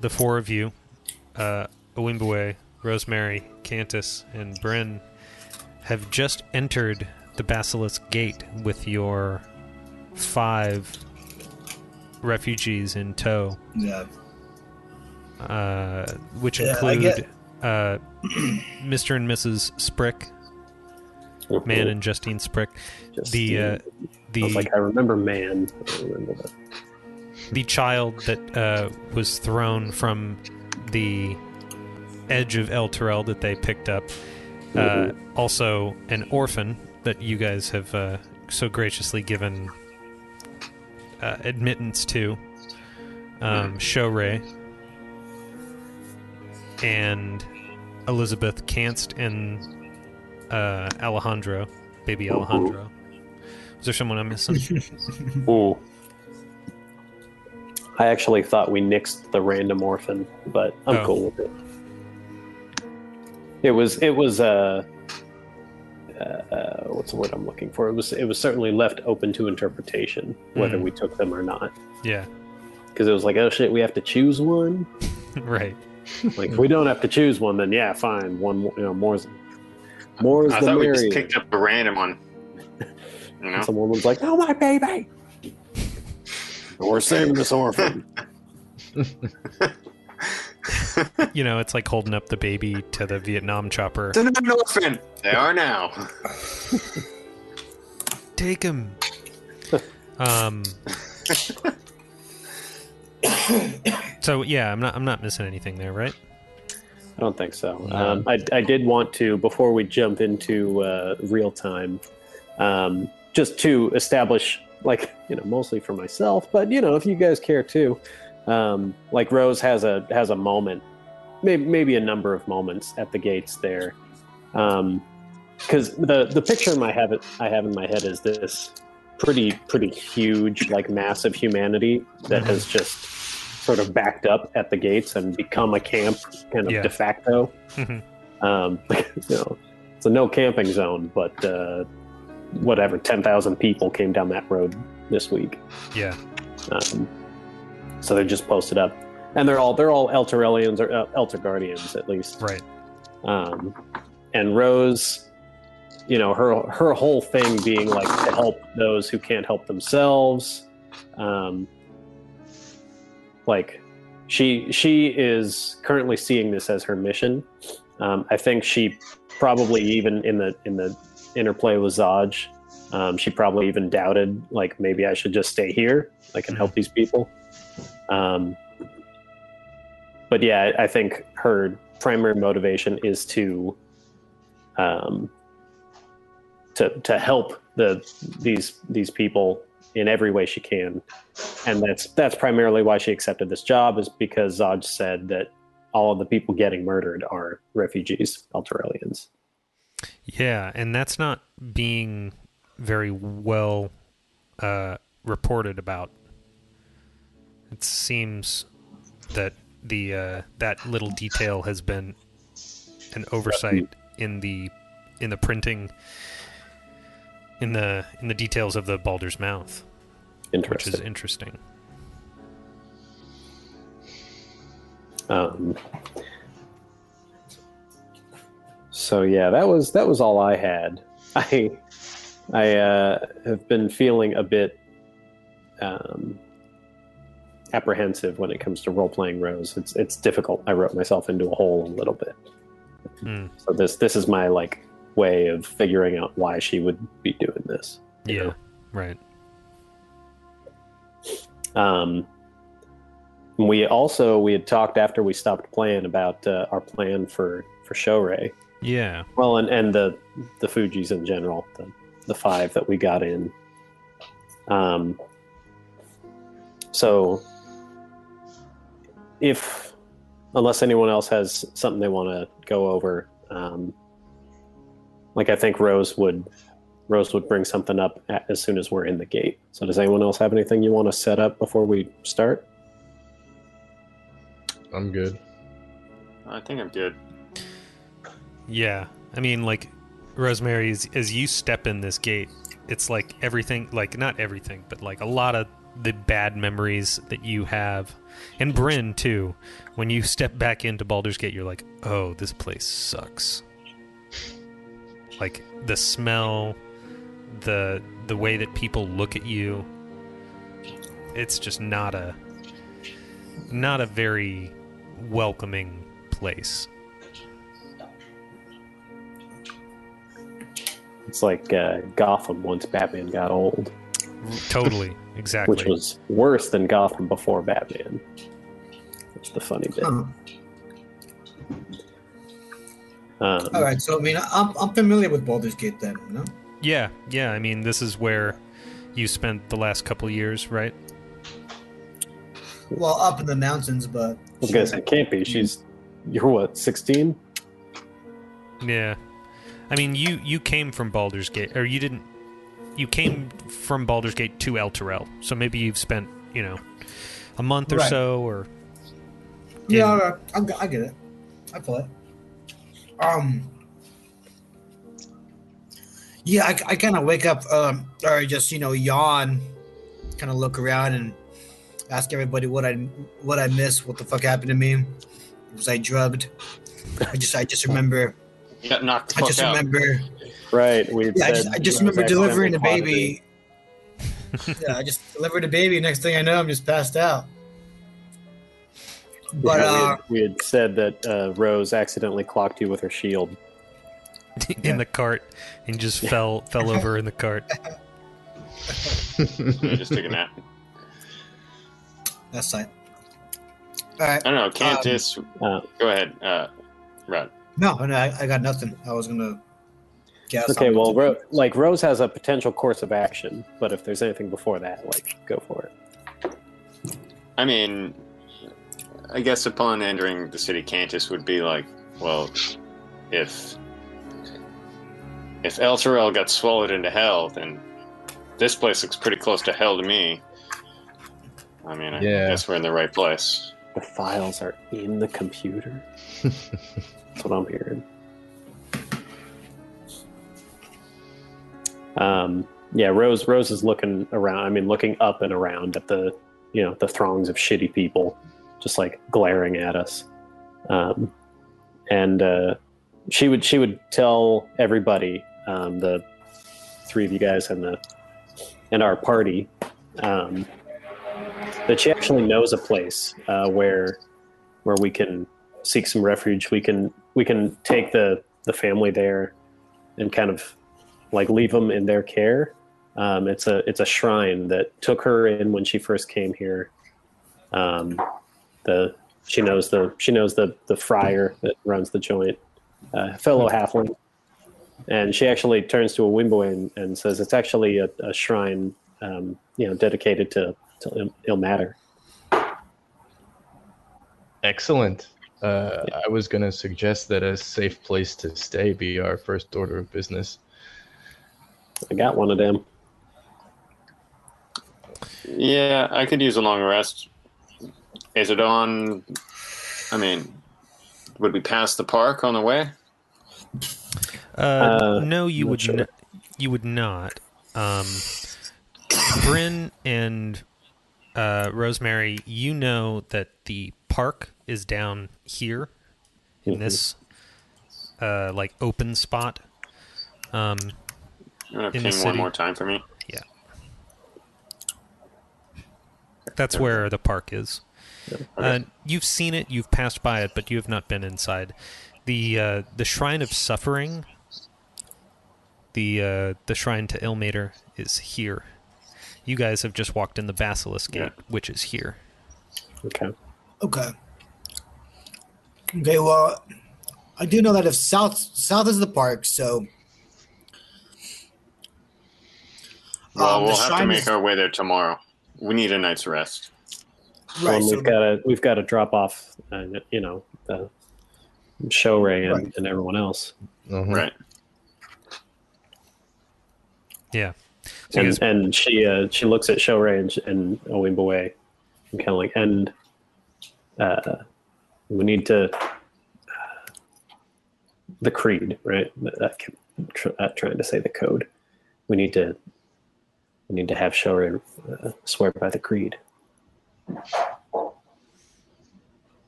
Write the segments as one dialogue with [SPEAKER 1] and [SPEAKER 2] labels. [SPEAKER 1] the four of you, uh, Owimbwe, Rosemary, Cantus, and Bryn, have just entered the Basilisk Gate with your five refugees in tow,
[SPEAKER 2] Yeah.
[SPEAKER 1] uh, which
[SPEAKER 2] Yeah, I
[SPEAKER 1] include uh, Mr. and Mrs. Sprick, Man and Justine Sprick,
[SPEAKER 3] Just-
[SPEAKER 1] the uh,
[SPEAKER 3] I was
[SPEAKER 1] the
[SPEAKER 3] like, I remember man. I don't remember that.
[SPEAKER 1] the child that uh, was thrown from the edge of El Terrell that they picked up. Uh, also, an orphan that you guys have uh, so graciously given uh, admittance to, um, Showray, and Elizabeth Canst and uh, Alejandro, baby Alejandro. Is there someone I'm missing?
[SPEAKER 3] Ooh. I actually thought we nixed the random orphan, but I'm
[SPEAKER 1] Oh.
[SPEAKER 3] cool with it. It was it was uh, uh, uh, what's the word I'm looking for? It was it was certainly left open to interpretation whether
[SPEAKER 4] Hmm.
[SPEAKER 1] Mm.
[SPEAKER 3] we took them or not
[SPEAKER 1] yeah,
[SPEAKER 3] because it was like oh shit we have to choose one
[SPEAKER 1] right.
[SPEAKER 3] like if we don't have to choose one then yeah fine one more- you know more's more's
[SPEAKER 4] I
[SPEAKER 3] the
[SPEAKER 4] thought we just
[SPEAKER 3] merrier.
[SPEAKER 4] picked up a random one. You know?
[SPEAKER 3] Someone was like oh my baby, we're saving this orphan.
[SPEAKER 1] you know, it's like holding up the baby to the Vietnam chopper.
[SPEAKER 4] They're not an orphan. They are now.
[SPEAKER 1] Take him. um. so yeah, I'm not. I'm not missing anything there, right?
[SPEAKER 3] I don't think so.
[SPEAKER 5] No.
[SPEAKER 3] Um, I, I did want to, before we jump into uh, real time, um, just to establish, like, you know, mostly for myself, but you know, if you guys care too, um, like Rose has a has a moment, maybe maybe a number of moments at the gates there, because Um, the the picture in my have I have in my head is this pretty pretty huge like mass of humanity that has
[SPEAKER 1] Mm-hmm.
[SPEAKER 3] just sort of backed up at the gates and become a camp kind of
[SPEAKER 1] Yeah.
[SPEAKER 3] de facto
[SPEAKER 1] Mhm.
[SPEAKER 3] um, you know, it's a no camping zone but uh, whatever 10,000 people came down that road this week
[SPEAKER 1] Yeah.
[SPEAKER 3] um, so they're just posted up and they're all they're all Elturellians or uh, Elter Guardians at least
[SPEAKER 1] Right.
[SPEAKER 3] um, and Rose, you know, her her whole thing being like to help those who can't help themselves. Um, like she she is currently seeing this as her mission. Um, I think she probably even in the in the interplay with Zaj, um, she probably even doubted like maybe I should just stay here. I can help these people. Um, but yeah, I I think her primary motivation is to, um, to to help the these these people in every way she can, and that's that's primarily why she accepted this job is because Zodge said that all of the people getting murdered are refugees, Altarelians.
[SPEAKER 1] Yeah, and that's not being very well uh, reported about. It seems that the uh, that little detail has been an oversight in the in the printing in the in the details of the Baldur's Mouth, which
[SPEAKER 3] Interesting.
[SPEAKER 1] is interesting.
[SPEAKER 3] Um, so yeah, that was that was all I had. I I uh, have been feeling a bit um, apprehensive when it comes to role playing Rose. It's it's difficult. I wrote myself into a hole a little bit.
[SPEAKER 1] Hmm.
[SPEAKER 3] So this this is my like way of figuring out why she would be doing this. you
[SPEAKER 1] Yeah,
[SPEAKER 3] know?
[SPEAKER 1] right.
[SPEAKER 3] Um, we also we had talked after we stopped playing about uh, our plan for for Showray.
[SPEAKER 1] Yeah,
[SPEAKER 3] Well, and, and the the Fuji's in general, the, the five that we got in. Um, so, if unless anyone else has something they want to go over, um, like I think Rose would Rose would bring something up a as soon as we're in the gate. So, does anyone else have anything you want to set up before we start?
[SPEAKER 5] I'm good.
[SPEAKER 4] I think I'm good.
[SPEAKER 1] yeah. I mean, like Rosemary, as, as you step in this gate, it's like everything, like not everything, but like a lot of the bad memories that you have, and Bryn too. When you step back into Baldur's Gate, you're like, "Oh, this place sucks." Like the smell, the the way that people look at you. It's just not a not a very welcoming place.
[SPEAKER 3] It's like uh, Gotham once Batman got old,
[SPEAKER 1] Totally, exactly.
[SPEAKER 3] which was worse than Gotham before Batman. That's the funny bit.
[SPEAKER 2] Huh.
[SPEAKER 3] Um,
[SPEAKER 2] All right, so I mean, I'm, I'm familiar with Baldur's Gate then, no?
[SPEAKER 1] Yeah, yeah. I mean, this is where you spent the last couple years, right?
[SPEAKER 2] Well, up in the mountains, but
[SPEAKER 3] I was gonna say can't
[SPEAKER 2] Mm.
[SPEAKER 3] be. She's you're what sixteen?
[SPEAKER 1] Yeah. I mean, you you came from Baldur's Gate, or you didn't. You came from Baldur's Gate to El Terrell, so maybe you've spent you know a month or
[SPEAKER 2] Right.
[SPEAKER 1] so, or
[SPEAKER 2] yeah, all right, I'm, I get it. I play. Um, yeah, I, I kind of wake up, um, or just you know, yawn, kind of look around and ask everybody what I what I missed, what the fuck happened to me, was I drubbed? I just I just remember
[SPEAKER 4] You got knocked the
[SPEAKER 2] I
[SPEAKER 4] fuck
[SPEAKER 2] just
[SPEAKER 4] out.
[SPEAKER 2] remember
[SPEAKER 3] Right. We
[SPEAKER 2] yeah, I
[SPEAKER 3] said
[SPEAKER 2] just, I
[SPEAKER 3] you
[SPEAKER 2] just
[SPEAKER 3] know,
[SPEAKER 2] remember
[SPEAKER 3] exactly
[SPEAKER 2] delivering a
[SPEAKER 3] quantity.
[SPEAKER 2] baby. yeah, I just delivered a baby. Next thing I know, I'm just passed out. But
[SPEAKER 3] Yeah,
[SPEAKER 2] uh,
[SPEAKER 3] we, had, we had said that uh, Rose accidentally clocked you with her shield.
[SPEAKER 1] in the cart, and just fell fell over in the cart.
[SPEAKER 4] You just took a nap.
[SPEAKER 2] uh, that's fine. All right.
[SPEAKER 4] I don't know.
[SPEAKER 2] Um,
[SPEAKER 4] Cantus,
[SPEAKER 3] Uh,
[SPEAKER 4] go ahead. Uh, Rod.
[SPEAKER 2] No, no, I, I got nothing. I was gonna. guess
[SPEAKER 3] okay,
[SPEAKER 2] on-
[SPEAKER 3] well, Ro- like Rose has a potential course of action, but if there's anything before that, like go for it.
[SPEAKER 4] I mean, I guess upon entering the city, Cantus would be like, well, if if El Terrell got swallowed into hell, then this place looks pretty close to hell to me. I mean, I
[SPEAKER 5] Yeah.
[SPEAKER 4] guess we're in the right place.
[SPEAKER 3] The files are in the computer. That's what I'm hearing. Um, yeah, Rose. Rose is looking around. I mean, looking up and around at the you know the throngs of shitty people, just like glaring at us. Um, and uh, she would she would tell everybody um, the three of you guys and the and our party um, that she actually knows a place uh, where where we can seek some refuge. We can we can take the the family there and kind of like leave them in their care. Um, it's a it's a shrine that took her in when she first came here. Um, the she knows the she knows the the friar that runs the joint, uh, fellow halfling, and she actually turns to a Wimbo and, and says it's actually a, a shrine um, you know dedicated to to Il- Ilmater.
[SPEAKER 5] Excellent. Uh, I was going to suggest that a safe place to stay be our first order of business.
[SPEAKER 3] I got one of them.
[SPEAKER 4] Yeah, I could use a long rest. Is it on? I mean, would we pass the park on the way?
[SPEAKER 1] Uh,
[SPEAKER 3] Uh,
[SPEAKER 1] no, you
[SPEAKER 3] not
[SPEAKER 1] would
[SPEAKER 3] sure.
[SPEAKER 1] n- you would not. Um, Bryn and uh, Rosemary, you know that the park is down here in this uh, like open spot. Um,
[SPEAKER 4] You want to
[SPEAKER 1] In the
[SPEAKER 4] ping one
[SPEAKER 1] city.
[SPEAKER 4] more time for
[SPEAKER 2] Um,
[SPEAKER 4] me?
[SPEAKER 1] that's where the park is. Uh,
[SPEAKER 4] Okay.
[SPEAKER 1] you've seen it, you've passed by it, but you have not been inside. The uh, the shrine of suffering, the uh, the shrine to Ilmater is here. You guys have just walked in the basilisk gate, which is here.
[SPEAKER 3] Okay.
[SPEAKER 2] Okay. Okay. Well, I do know that if south south is the park, so
[SPEAKER 4] Well,
[SPEAKER 2] Um, the
[SPEAKER 4] we'll have to
[SPEAKER 2] shrine
[SPEAKER 4] make
[SPEAKER 2] is-
[SPEAKER 4] our way there tomorrow. We need a night's rest.
[SPEAKER 2] right.
[SPEAKER 3] Well,
[SPEAKER 2] so
[SPEAKER 3] we've got to we've got to drop off, uh, you know, the show ray and,
[SPEAKER 2] Right.
[SPEAKER 3] and everyone else,
[SPEAKER 5] Mhm.
[SPEAKER 4] Right.
[SPEAKER 1] Yeah. So you
[SPEAKER 3] and
[SPEAKER 1] guys-
[SPEAKER 3] and she uh, she looks at show ray and, sh- and Owimbawe and kind of like, and uh, we need to uh, the creed, right? I kept tr- uh, trying to say the code. We need to We need to have Shorin uh, swear by the creed.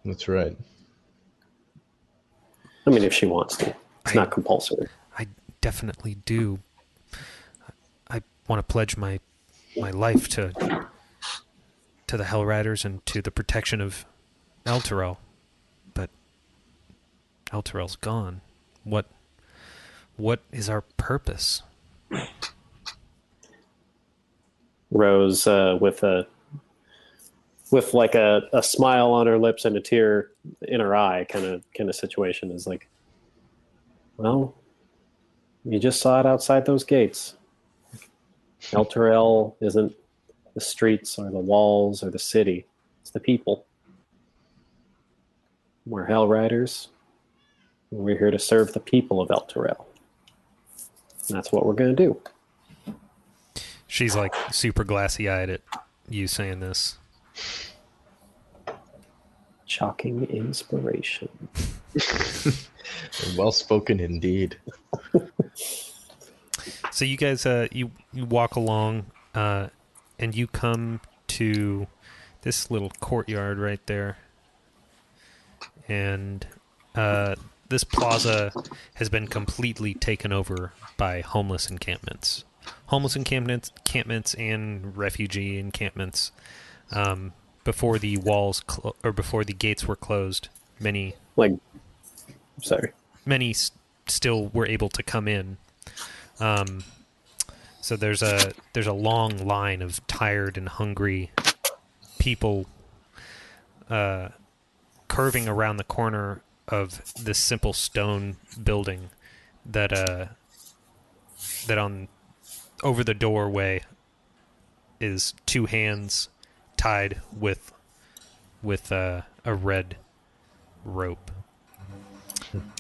[SPEAKER 5] That's right.
[SPEAKER 3] I mean, if she wants to, it's
[SPEAKER 1] I-
[SPEAKER 3] not compulsory.
[SPEAKER 1] I definitely do. I want to pledge my my life to to the Hell Riders and to the protection of Elturel, but Elturel's gone. What what is our purpose?
[SPEAKER 3] Rose, uh, with a with like a, a smile on her lips and a tear in her eye, kind of kind of situation, is like, well, you just saw it outside those gates. El Terrell isn't the streets or the walls or the city; it's the people. We're Hell Riders. and We're here to serve the people of El Terrell. And That's what we're going to do.
[SPEAKER 1] She's like super glassy eyed at you saying this.
[SPEAKER 3] Shocking inspiration.
[SPEAKER 5] Well spoken indeed.
[SPEAKER 1] So you guys, uh, you you walk along, uh, and you come to this little courtyard right there, and uh, this plaza has been completely taken over by homeless encampments, homeless encampments, encampments and refugee encampments. Um, before the walls clo- or before the gates were closed, many
[SPEAKER 3] Like, sorry.
[SPEAKER 1] many s- still were able to come in. Um, so there's a there's a long line of tired and hungry people uh, curving around the corner of this simple stone building that uh, that on over the doorway is two hands tied with with uh, a red rope.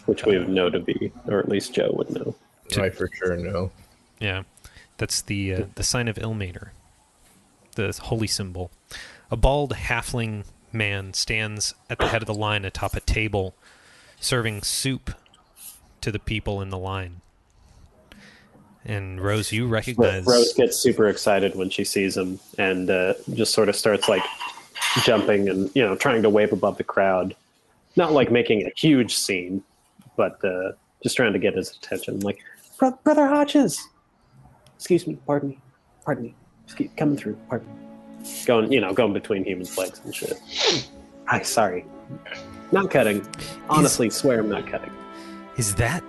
[SPEAKER 3] which we would know to be, or at least Joe would know.
[SPEAKER 5] I for sure know.
[SPEAKER 1] Yeah, that's the uh, the sign of Ilmater, the holy symbol. A bald halfling man stands at the head of the line atop a table, serving soup to the people in the line. And Rose, you recognize
[SPEAKER 3] Rose gets super excited when she sees him and uh, just sort of starts like jumping and you know trying to wave above the crowd, not like making a huge scene, but uh, just trying to get his attention. Like, "Bro- brother Hodges, excuse me, pardon me, pardon me, excuse, coming through, pardon me, going you know going between humans' legs and shit. Hi, sorry, not cutting. Honestly, swear I'm not cutting.
[SPEAKER 1] is that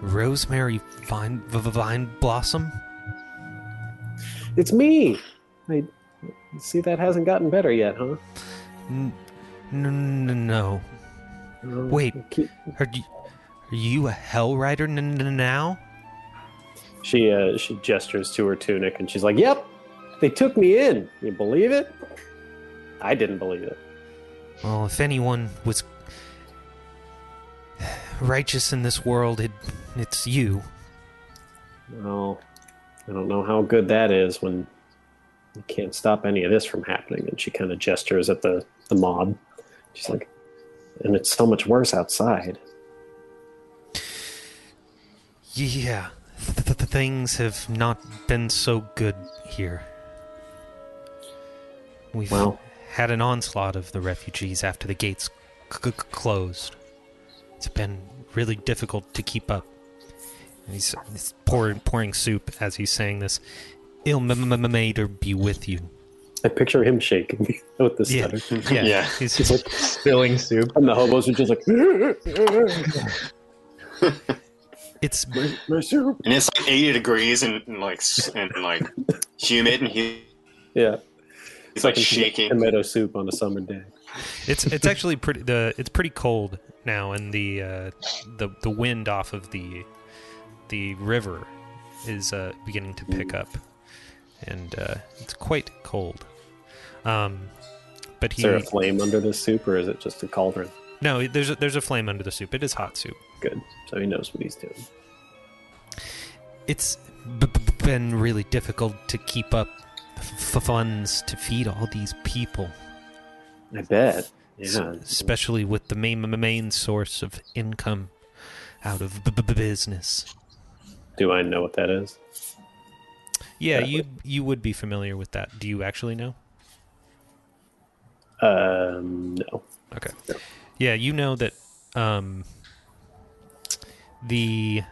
[SPEAKER 1] Rosemary Vine, v- v- Vine Blossom?
[SPEAKER 3] It's me. I see that hasn't gotten better yet, huh?
[SPEAKER 1] N- n- n- no. Wait.
[SPEAKER 3] Keep-
[SPEAKER 1] Are you, are you a Hell Rider n- n- now?
[SPEAKER 3] She uh, she gestures to her tunic and she's like, "Yep, they took me in. You believe it? I didn't believe it.
[SPEAKER 1] Well, Oh, if anyone was righteous in this world, it, it's you.
[SPEAKER 3] Well, I don't know how good that is when you can't stop any of this from happening." And she kind of gestures at the the mob. She's like, "And it's so much worse outside."
[SPEAKER 1] Yeah, th- th- th- things have not been so good here. We've
[SPEAKER 3] Well.
[SPEAKER 1] had an onslaught of the refugees after the gates c- c- closed. It's been really difficult to keep up. And he's, he's pouring, pouring soup as he's saying this. Ill m- m- mater be with you.
[SPEAKER 3] I picture him shaking with the
[SPEAKER 1] Yeah.
[SPEAKER 3] stutter.
[SPEAKER 1] Yeah,
[SPEAKER 4] Yeah.
[SPEAKER 1] he's-
[SPEAKER 3] He's like,
[SPEAKER 5] Spilling soup.
[SPEAKER 3] and the hobos are just like,
[SPEAKER 1] it's
[SPEAKER 3] "My soup."
[SPEAKER 4] And it's like 80 degrees and, and like s- and like humid, and he,
[SPEAKER 3] Yeah.
[SPEAKER 4] he's like
[SPEAKER 3] Fucking
[SPEAKER 4] shaking.
[SPEAKER 3] tomato soup on a summer day.
[SPEAKER 1] It's it's actually pretty the it's pretty cold now, and the uh, the the wind off of the the river is uh, beginning to pick up, and uh, it's quite cold. Um, but
[SPEAKER 3] Is
[SPEAKER 1] he
[SPEAKER 3] there a flame under this soup, or is it just a cauldron?
[SPEAKER 1] no, there's a, there's a flame under the soup. It is hot soup.
[SPEAKER 3] Good. So he knows what he's doing.
[SPEAKER 1] It's b- b- been really difficult to keep up f- funds to feed all these people.
[SPEAKER 3] I bet.
[SPEAKER 1] s-
[SPEAKER 3] Yeah.
[SPEAKER 1] especially with the main main source of income out of b- b- business.
[SPEAKER 3] Do I know what that is?
[SPEAKER 1] Yeah, you you would be familiar with that. Do you actually know?
[SPEAKER 3] Um, no.
[SPEAKER 1] Okay. Yeah, you know that um, the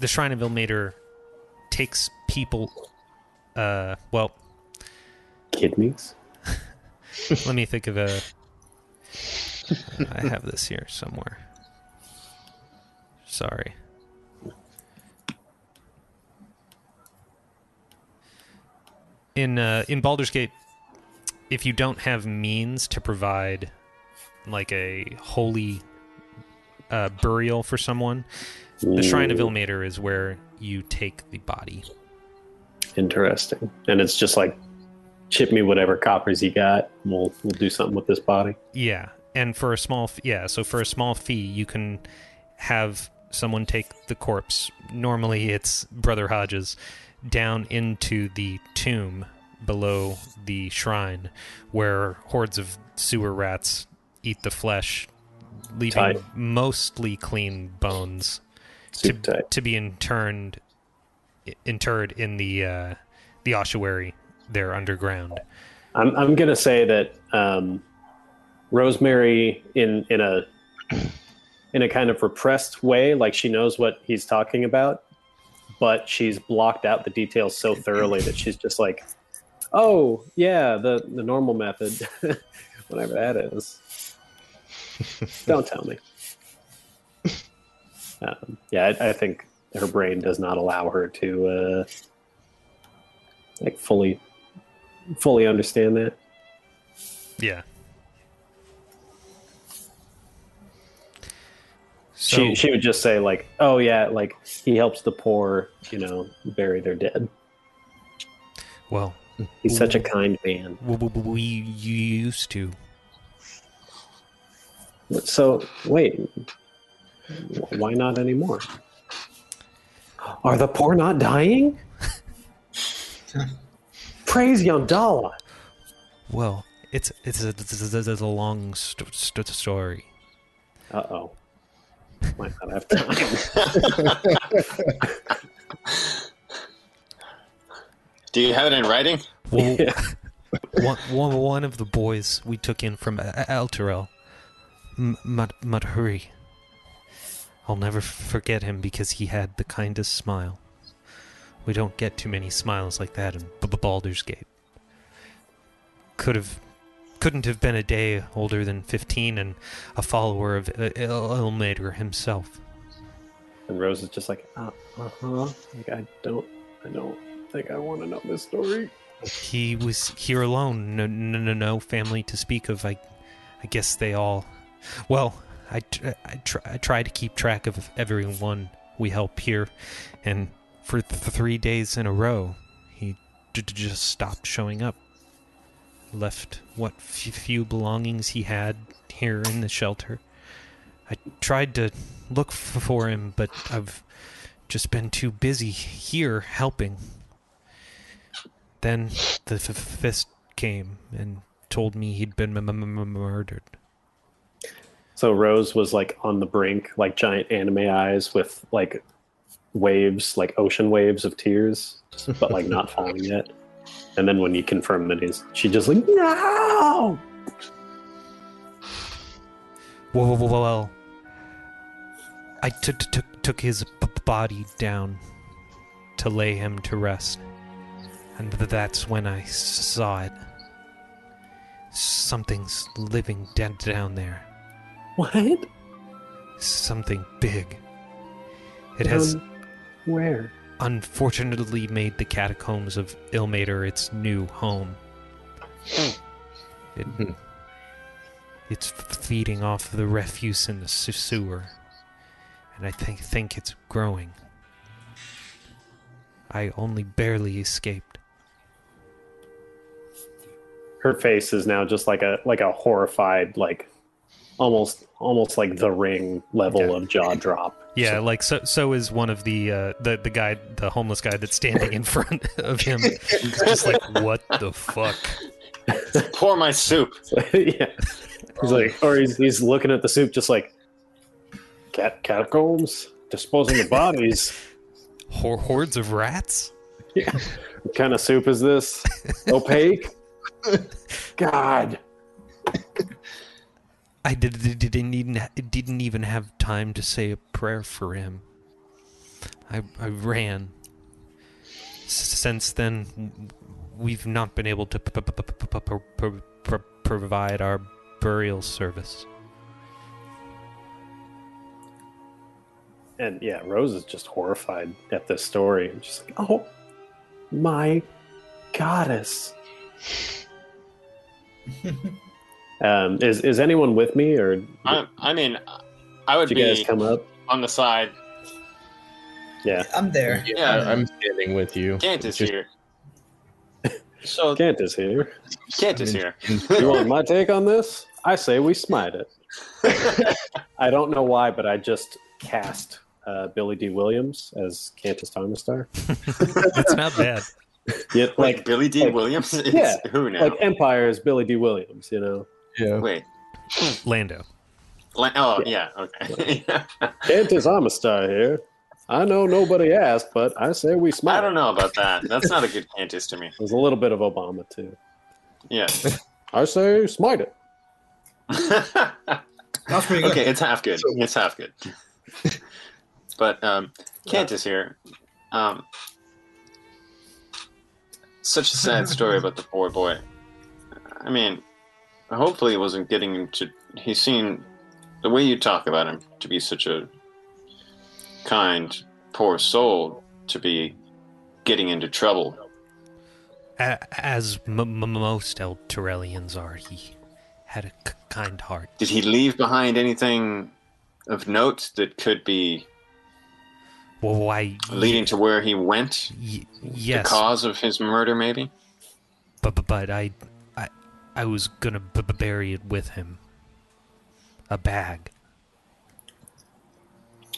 [SPEAKER 1] the Shrine of Ilmater takes people. Uh, well,
[SPEAKER 3] Kidneys?
[SPEAKER 1] let me think of a. I have this here somewhere. Sorry. In uh, in Baldur's Gate, if you don't have means to provide like a holy uh, burial for someone, the Shrine of Ilmater is where you take the body.
[SPEAKER 3] Hmm, Interesting. And it's just like, chip me whatever coppers you got. And we'll we'll do something with this body.
[SPEAKER 1] Yeah, and for a small f- yeah, so for a small fee, you can have someone take the corpse. Normally, it's Brother Hodges down into the tomb below the shrine, where hordes of sewer rats eat the flesh, leaving
[SPEAKER 3] Tight.
[SPEAKER 1] mostly clean bones to,
[SPEAKER 3] Soup type.
[SPEAKER 1] to be interned interred in the uh, the ossuary there underground.
[SPEAKER 3] I'm I'm gonna say that um, Rosemary in in a in a kind of repressed way, like she knows what he's talking about, but she's blocked out the details so thoroughly that she's just like, "Oh yeah, the the normal method, whatever that is." Don't tell me. Um, yeah, I, I think her brain does not allow her to uh, like fully fully understand that.
[SPEAKER 1] Yeah. So,
[SPEAKER 3] she she would just say like, "Oh yeah, like he helps the poor, you know, bury their dead.
[SPEAKER 1] well,
[SPEAKER 3] He's such a kind man."
[SPEAKER 1] w- w- we you used to.
[SPEAKER 3] But So wait, why not anymore? Are the poor not dying? Praise Yandala.
[SPEAKER 1] Well, it's it's a, it's a, it's a long st- st- story.
[SPEAKER 3] Uh oh, might not have time.
[SPEAKER 4] Do you have it in writing?
[SPEAKER 1] Well, one, one, one of the boys we took in from Alterel, Madhuri. I'll never f- forget him because he had the kindest smile. We don't get too many smiles like that in B- B- Baldur's Gate. Could have, couldn't have been a day older than fifteen and a follower of uh, Il- Il- Ilmater himself.
[SPEAKER 3] and Rose is just like, uh huh. Like I don't, I don't think I want to know this story.
[SPEAKER 1] He was here alone. No, no, no, no family to speak of. I, I guess they all. Well, I, tr- I, tr- I try to keep track of everyone we help here, and for th- three days in a row, he d- d- just stopped showing up. Left what f- few belongings he had here in the shelter. I tried to look f- for him, but I've just been too busy here helping. Then the f- fist came and told me he'd been m- m- m- murdered.
[SPEAKER 3] So Rose was like on the brink, like giant anime eyes with like waves, like ocean waves of tears, but like not falling yet. And then when you confirm that he's, she just like no.
[SPEAKER 1] Whoa, whoa, whoa, whoa. I t- t- took took his b- body down to lay him to rest, and th- that's when I s- saw it. Something's living dead down there.
[SPEAKER 3] What?
[SPEAKER 1] Something big. It has
[SPEAKER 3] Um, where?
[SPEAKER 1] unfortunately made the catacombs of Ilmater its new home. It,
[SPEAKER 5] Hmm.
[SPEAKER 1] it's f- feeding off the refuse in the se- sewer, and I think think it's growing. I only barely escaped.
[SPEAKER 3] Her face is now just like a like a horrified like almost almost like the ring level
[SPEAKER 1] Yeah.
[SPEAKER 3] of jaw drop.
[SPEAKER 1] Yeah, like so. So is one of the uh, the the guy, the homeless guy that's standing in front of him. He's just like, what the fuck?
[SPEAKER 4] Pour my soup.
[SPEAKER 3] yeah. He's like, or he's, he's looking at the soup, just like, cat catacombs, disposing of bodies.
[SPEAKER 1] Hor- hordes of rats.
[SPEAKER 3] What kind of soup is this? Opaque? God.
[SPEAKER 1] I did, did, didn't even didn't even have time to say a prayer for him. I I ran. S- Since then, we've not been able to p- p- p- p- p- p- pro- pro- provide our burial service.
[SPEAKER 3] And yeah, Rose is just horrified at this story. She's like, oh my goddess. um, is, is anyone with me or
[SPEAKER 4] I, I mean, I would
[SPEAKER 3] did you
[SPEAKER 4] be
[SPEAKER 3] guys come up?
[SPEAKER 4] on the side.
[SPEAKER 2] I'm there.
[SPEAKER 4] Yeah.
[SPEAKER 5] I- I'm standing with you.
[SPEAKER 4] Cant is
[SPEAKER 5] Just-
[SPEAKER 4] here. So
[SPEAKER 3] Kent is here.
[SPEAKER 4] Cant is here.
[SPEAKER 3] You want my take on this? I say we smite it. I don't know why, but I just cast uh, Billy D. Williams as Cantus Thomastar.
[SPEAKER 1] That's not bad.
[SPEAKER 3] Yet,
[SPEAKER 4] Like
[SPEAKER 3] like,
[SPEAKER 4] Billy D.
[SPEAKER 3] like-
[SPEAKER 4] Williams is
[SPEAKER 3] yeah,
[SPEAKER 4] who now?
[SPEAKER 3] like Empire is Billy D. Williams, you know.
[SPEAKER 5] Yeah.
[SPEAKER 4] Wait.
[SPEAKER 1] Lando.
[SPEAKER 4] La- oh yeah. Okay.
[SPEAKER 3] Cantus Amistar here. I know nobody asked, but I say we smite.
[SPEAKER 4] I don't know about that. That's not a good Cantus to me.
[SPEAKER 3] There's a little bit of Obama too.
[SPEAKER 4] Yeah.
[SPEAKER 3] I say smite it.
[SPEAKER 2] That's pretty good.
[SPEAKER 4] okay, it's half good. It's half good. but um, Kant is here. Um, such a sad story about the poor boy. I mean, hopefully it wasn't getting him to. He seemed the way you talk about him to be such a kind, poor soul to be getting into trouble.
[SPEAKER 1] A- As m- m- most El Torellians are, he had a k- kind heart.
[SPEAKER 4] Did he leave behind anything of note that could be
[SPEAKER 1] Well, why?
[SPEAKER 4] leading to where he went?
[SPEAKER 1] Y- yes,
[SPEAKER 4] The cause of his murder, maybe.
[SPEAKER 1] but, but but I, I, I was gonna b- b- bury it with him. A bag.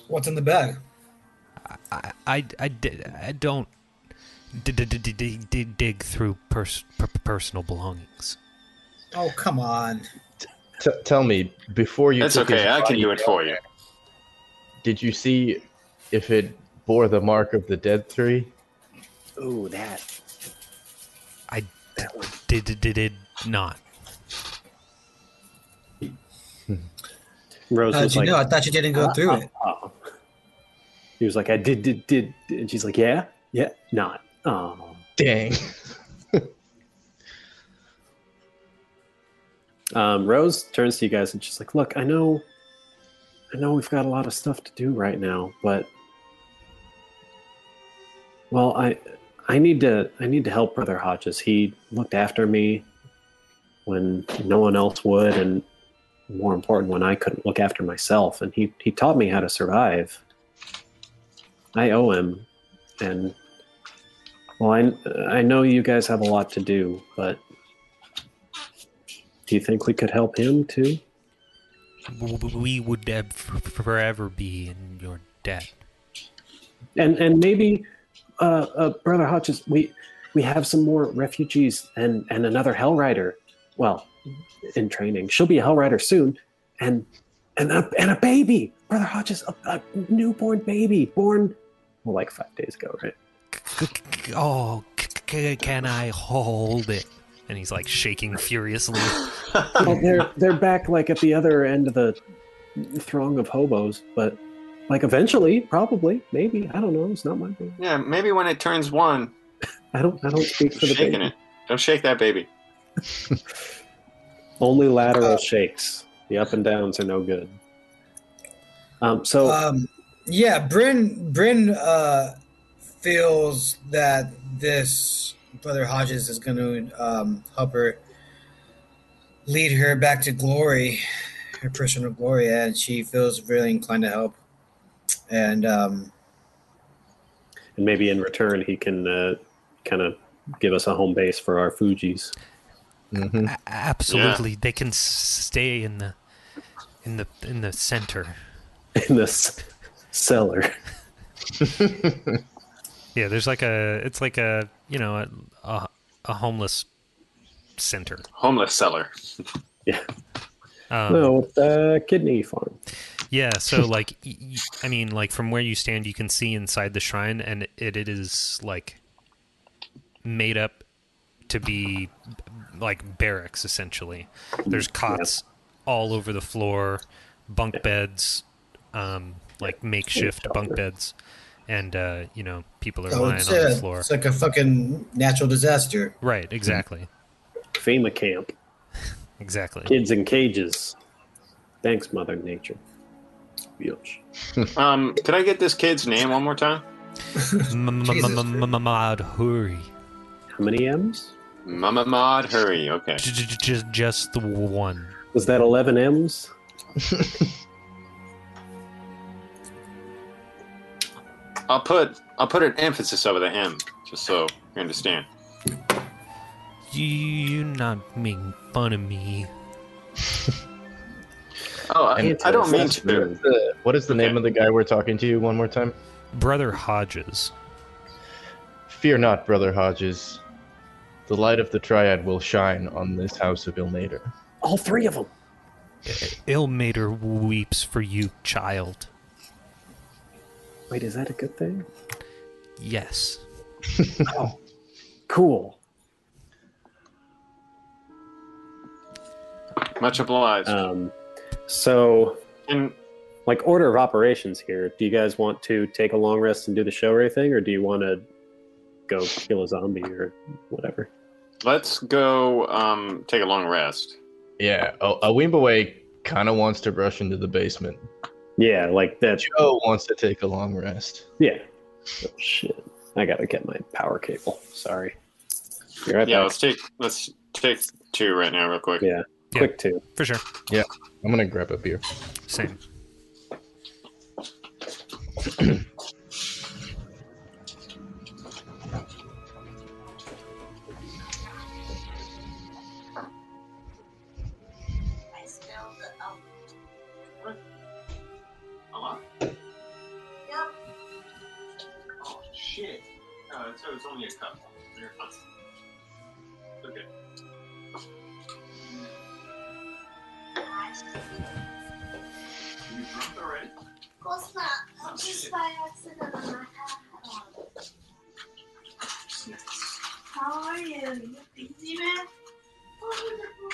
[SPEAKER 2] What's in the bag?
[SPEAKER 1] I, I, I, di- I don't d- d- d- d- d- d- dig through pers- per- personal belongings.
[SPEAKER 2] Oh, come on.
[SPEAKER 5] T- tell me before you.
[SPEAKER 4] That's
[SPEAKER 5] took his
[SPEAKER 4] okay. I can
[SPEAKER 5] body
[SPEAKER 4] do it
[SPEAKER 5] down
[SPEAKER 4] for you.
[SPEAKER 5] Did you see if it bore the mark of the dead three?
[SPEAKER 3] Ooh, that.
[SPEAKER 1] I d- d- d- d- did not.
[SPEAKER 3] Rose
[SPEAKER 2] How did
[SPEAKER 3] was
[SPEAKER 2] Uh, you
[SPEAKER 3] like,
[SPEAKER 2] know? I thought you didn't go through it.
[SPEAKER 3] "Oh." He was like, I did, did, did, and she's like, yeah, yeah, not. Oh.
[SPEAKER 5] Dang.
[SPEAKER 3] Um, Rose turns to you guys and she's like, "Look, I know, I know we've got a lot of stuff to do right now, but well, I, I need to, I need to help Brother Hodges. He looked after me when no one else would, and more important, when I couldn't look after myself, and he, he taught me how to survive. I owe him, and well, I, I know you guys have a lot to do, but." Do you think we could help him too?
[SPEAKER 1] W- w- We would ev- forever be in your debt.
[SPEAKER 3] and and maybe uh, uh, brother Hodges, we we have some more refugees and and another Hell Rider. Well, in training, she'll be a Hell Rider soon, and and a, and a baby, brother Hodges, a, a newborn baby born well, like five days ago, right?
[SPEAKER 1] C- c- c- Oh, c- c- can I hold it? And he's like shaking furiously.
[SPEAKER 3] Well, they're they're back like at the other end of the throng of hobos, but like eventually, probably, maybe, I don't know. It's not my baby.
[SPEAKER 4] Yeah, maybe when it turns one,
[SPEAKER 3] I don't I don't speak for the
[SPEAKER 4] shaking
[SPEAKER 3] baby.
[SPEAKER 4] it. Don't shake that baby.
[SPEAKER 3] Only lateral shakes. The up and downs are no good. Um, so
[SPEAKER 1] Oh.
[SPEAKER 2] Um, yeah, Bryn Bryn uh, feels that this brother Hodges is going to um, help her lead her back to glory, her personal glory, and she feels really inclined to help. And um,
[SPEAKER 3] and maybe in return, he can uh, kind of give us a home base for our Fuji's.
[SPEAKER 5] hmm
[SPEAKER 1] A- Absolutely, they can s- stay in the in the in the center.
[SPEAKER 3] in this cellar.
[SPEAKER 1] Yeah, there's like a it's like a you know a a, a homeless center.
[SPEAKER 4] Homeless seller.
[SPEAKER 3] Yeah.
[SPEAKER 1] Um,
[SPEAKER 3] No, with the kidney farm.
[SPEAKER 1] Yeah, so like, y- y- I mean, like from where you stand, you can see inside the shrine, and it, it is like made up to be like barracks essentially. There's
[SPEAKER 2] Mm-hmm.
[SPEAKER 1] cots all over the floor, bunk beds, um, like makeshift bunk beds, and uh, you know people are
[SPEAKER 2] So
[SPEAKER 1] lying
[SPEAKER 2] it's,
[SPEAKER 1] on the
[SPEAKER 2] uh,
[SPEAKER 1] floor.
[SPEAKER 2] it's like a fucking natural disaster.
[SPEAKER 1] Right, exactly,
[SPEAKER 3] FEMA camp,
[SPEAKER 1] exactly.
[SPEAKER 3] kids in cages. Thanks, Mother Nature. Bitch.
[SPEAKER 4] Um, could I get this kid's name one more time?
[SPEAKER 2] Jesus.
[SPEAKER 1] Madhuri,
[SPEAKER 3] How many M's?
[SPEAKER 4] Mama Maud Hurry. Okay.
[SPEAKER 1] just just the one.
[SPEAKER 3] Was that 11 M's?
[SPEAKER 4] I'll put I'll put an emphasis over the M, just so you understand.
[SPEAKER 1] You you not making fun of me?
[SPEAKER 4] Oh, I, I don't mean to.
[SPEAKER 5] Uh, What is the
[SPEAKER 4] Okay.
[SPEAKER 5] name of the guy we're talking to one more time?
[SPEAKER 1] Brother Hodges.
[SPEAKER 5] Fear not, Brother Hodges. The light of the triad will shine on this house of Ilnader.
[SPEAKER 3] All three of them.
[SPEAKER 1] Ilmater weeps for you, child.
[SPEAKER 3] Wait, is that a good thing?
[SPEAKER 1] Yes.
[SPEAKER 3] Cool.
[SPEAKER 4] Much obliged.
[SPEAKER 3] Um, so,
[SPEAKER 4] and
[SPEAKER 3] like, order of operations here. Do you guys want to take a long rest and do the show or anything, or do you want to go kill a zombie or whatever?
[SPEAKER 4] let's go um, take a long rest.
[SPEAKER 5] Yeah, a- Awimbawe kind of wants to rush into the basement.
[SPEAKER 3] Yeah, like that.
[SPEAKER 5] Joe wants to take a long rest.
[SPEAKER 3] Yeah. Oh, shit. I gotta get my power cable. Sorry. You're right
[SPEAKER 4] Yeah,
[SPEAKER 3] back.
[SPEAKER 4] let's take let's take two right now, real quick.
[SPEAKER 3] Yeah.
[SPEAKER 1] Yeah.
[SPEAKER 3] Quick two.
[SPEAKER 1] For sure.
[SPEAKER 5] I'm gonna grab a beer.
[SPEAKER 1] Same.
[SPEAKER 6] I smell the um. what?
[SPEAKER 4] Hello?
[SPEAKER 6] Yeah.
[SPEAKER 4] Oh shit! No, it's, it's only a cup. Okay. You drunk already?
[SPEAKER 6] Of course not. I'm just by accident on my iPhone. How are you? You busy, man? Oh, no.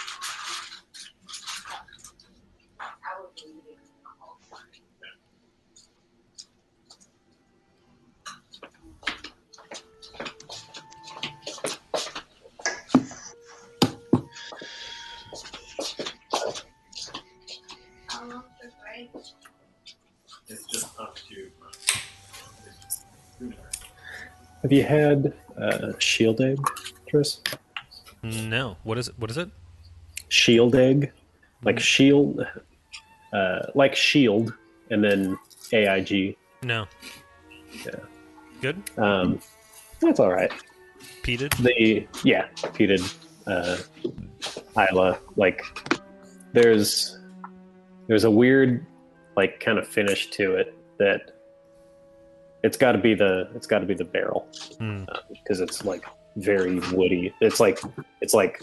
[SPEAKER 6] I would be leaving. I love the break.
[SPEAKER 4] It's just up to.
[SPEAKER 3] Have you had uh, shield egg, Tris?
[SPEAKER 1] No. What is it? What is it?
[SPEAKER 3] Shield egg, like shield, uh, like shield, and then aig.
[SPEAKER 1] No.
[SPEAKER 3] Yeah.
[SPEAKER 1] Good.
[SPEAKER 3] Um, that's all right.
[SPEAKER 1] Peated.
[SPEAKER 3] the yeah repeated uh isla like there's there's a weird like kind of finish to it that it's got to be the it's got to be the barrel
[SPEAKER 1] Hmm.
[SPEAKER 3] because it's like very woody it's like it's like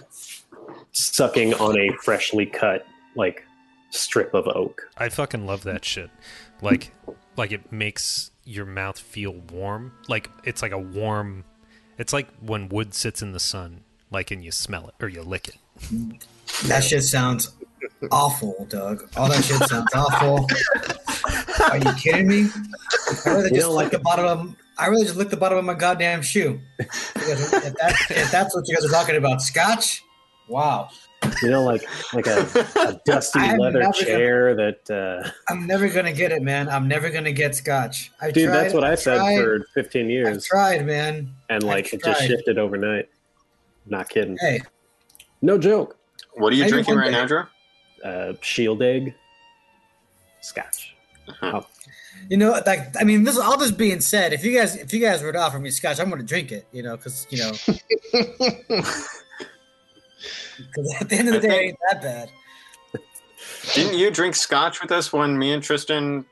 [SPEAKER 3] sucking on a freshly cut like strip of oak
[SPEAKER 1] I fucking love that shit. Like, like it makes your mouth feel warm. Like it's like a warm. It's like when wood sits in the sun, like and you smell it or you lick it.
[SPEAKER 2] That shit sounds awful, Doug. All that shit sounds awful. Are you kidding me? I really
[SPEAKER 3] You
[SPEAKER 2] just
[SPEAKER 3] don't
[SPEAKER 2] licked
[SPEAKER 3] like
[SPEAKER 2] the bottom of I really just licked the bottom of my goddamn shoe. Because if, that, if that's what you guys are talking about, Scotch. Wow,
[SPEAKER 3] you know like like a, a dusty
[SPEAKER 2] I'm
[SPEAKER 3] leather
[SPEAKER 2] never gonna-
[SPEAKER 3] chair that uh
[SPEAKER 2] I'm never gonna get it, man. I'm never gonna get Scotch. I
[SPEAKER 3] dude
[SPEAKER 2] tried,
[SPEAKER 3] that's what i said
[SPEAKER 2] tried,
[SPEAKER 3] for 15
[SPEAKER 2] I
[SPEAKER 3] years
[SPEAKER 2] tried, man.
[SPEAKER 3] and
[SPEAKER 2] I
[SPEAKER 3] like it just
[SPEAKER 2] tried.
[SPEAKER 3] shifted overnight. Not kidding.
[SPEAKER 2] Hey,
[SPEAKER 3] No joke.
[SPEAKER 4] What are you
[SPEAKER 2] Maybe
[SPEAKER 4] drinking
[SPEAKER 2] one
[SPEAKER 4] right
[SPEAKER 2] day.
[SPEAKER 4] now, Drew?
[SPEAKER 3] Uh, shield egg, scotch.
[SPEAKER 2] you know, like I mean, this all this being said, if you guys if you guys were to offer me Scotch, I'm gonna drink it. You know, because you know, because at the end of the day, it ain't that bad.
[SPEAKER 4] Didn't you drink scotch with us when me and Tristan,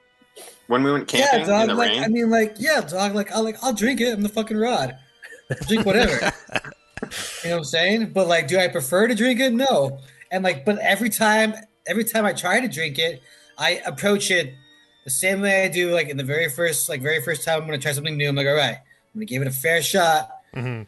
[SPEAKER 4] when we went camping in the
[SPEAKER 2] like,
[SPEAKER 4] rain?
[SPEAKER 2] I mean, like, yeah, dog. Like, I like, I'll drink it. I'm the fucking rod. I'll drink whatever. you know what I'm saying? But like, do I prefer to drink it? No. And like, but every time, every time I try to drink it, I approach it the same way I do. Like in the very first, like very first time I'm gonna try something new. I'm like, all right, I'm gonna give it a fair shot.
[SPEAKER 1] Mhm.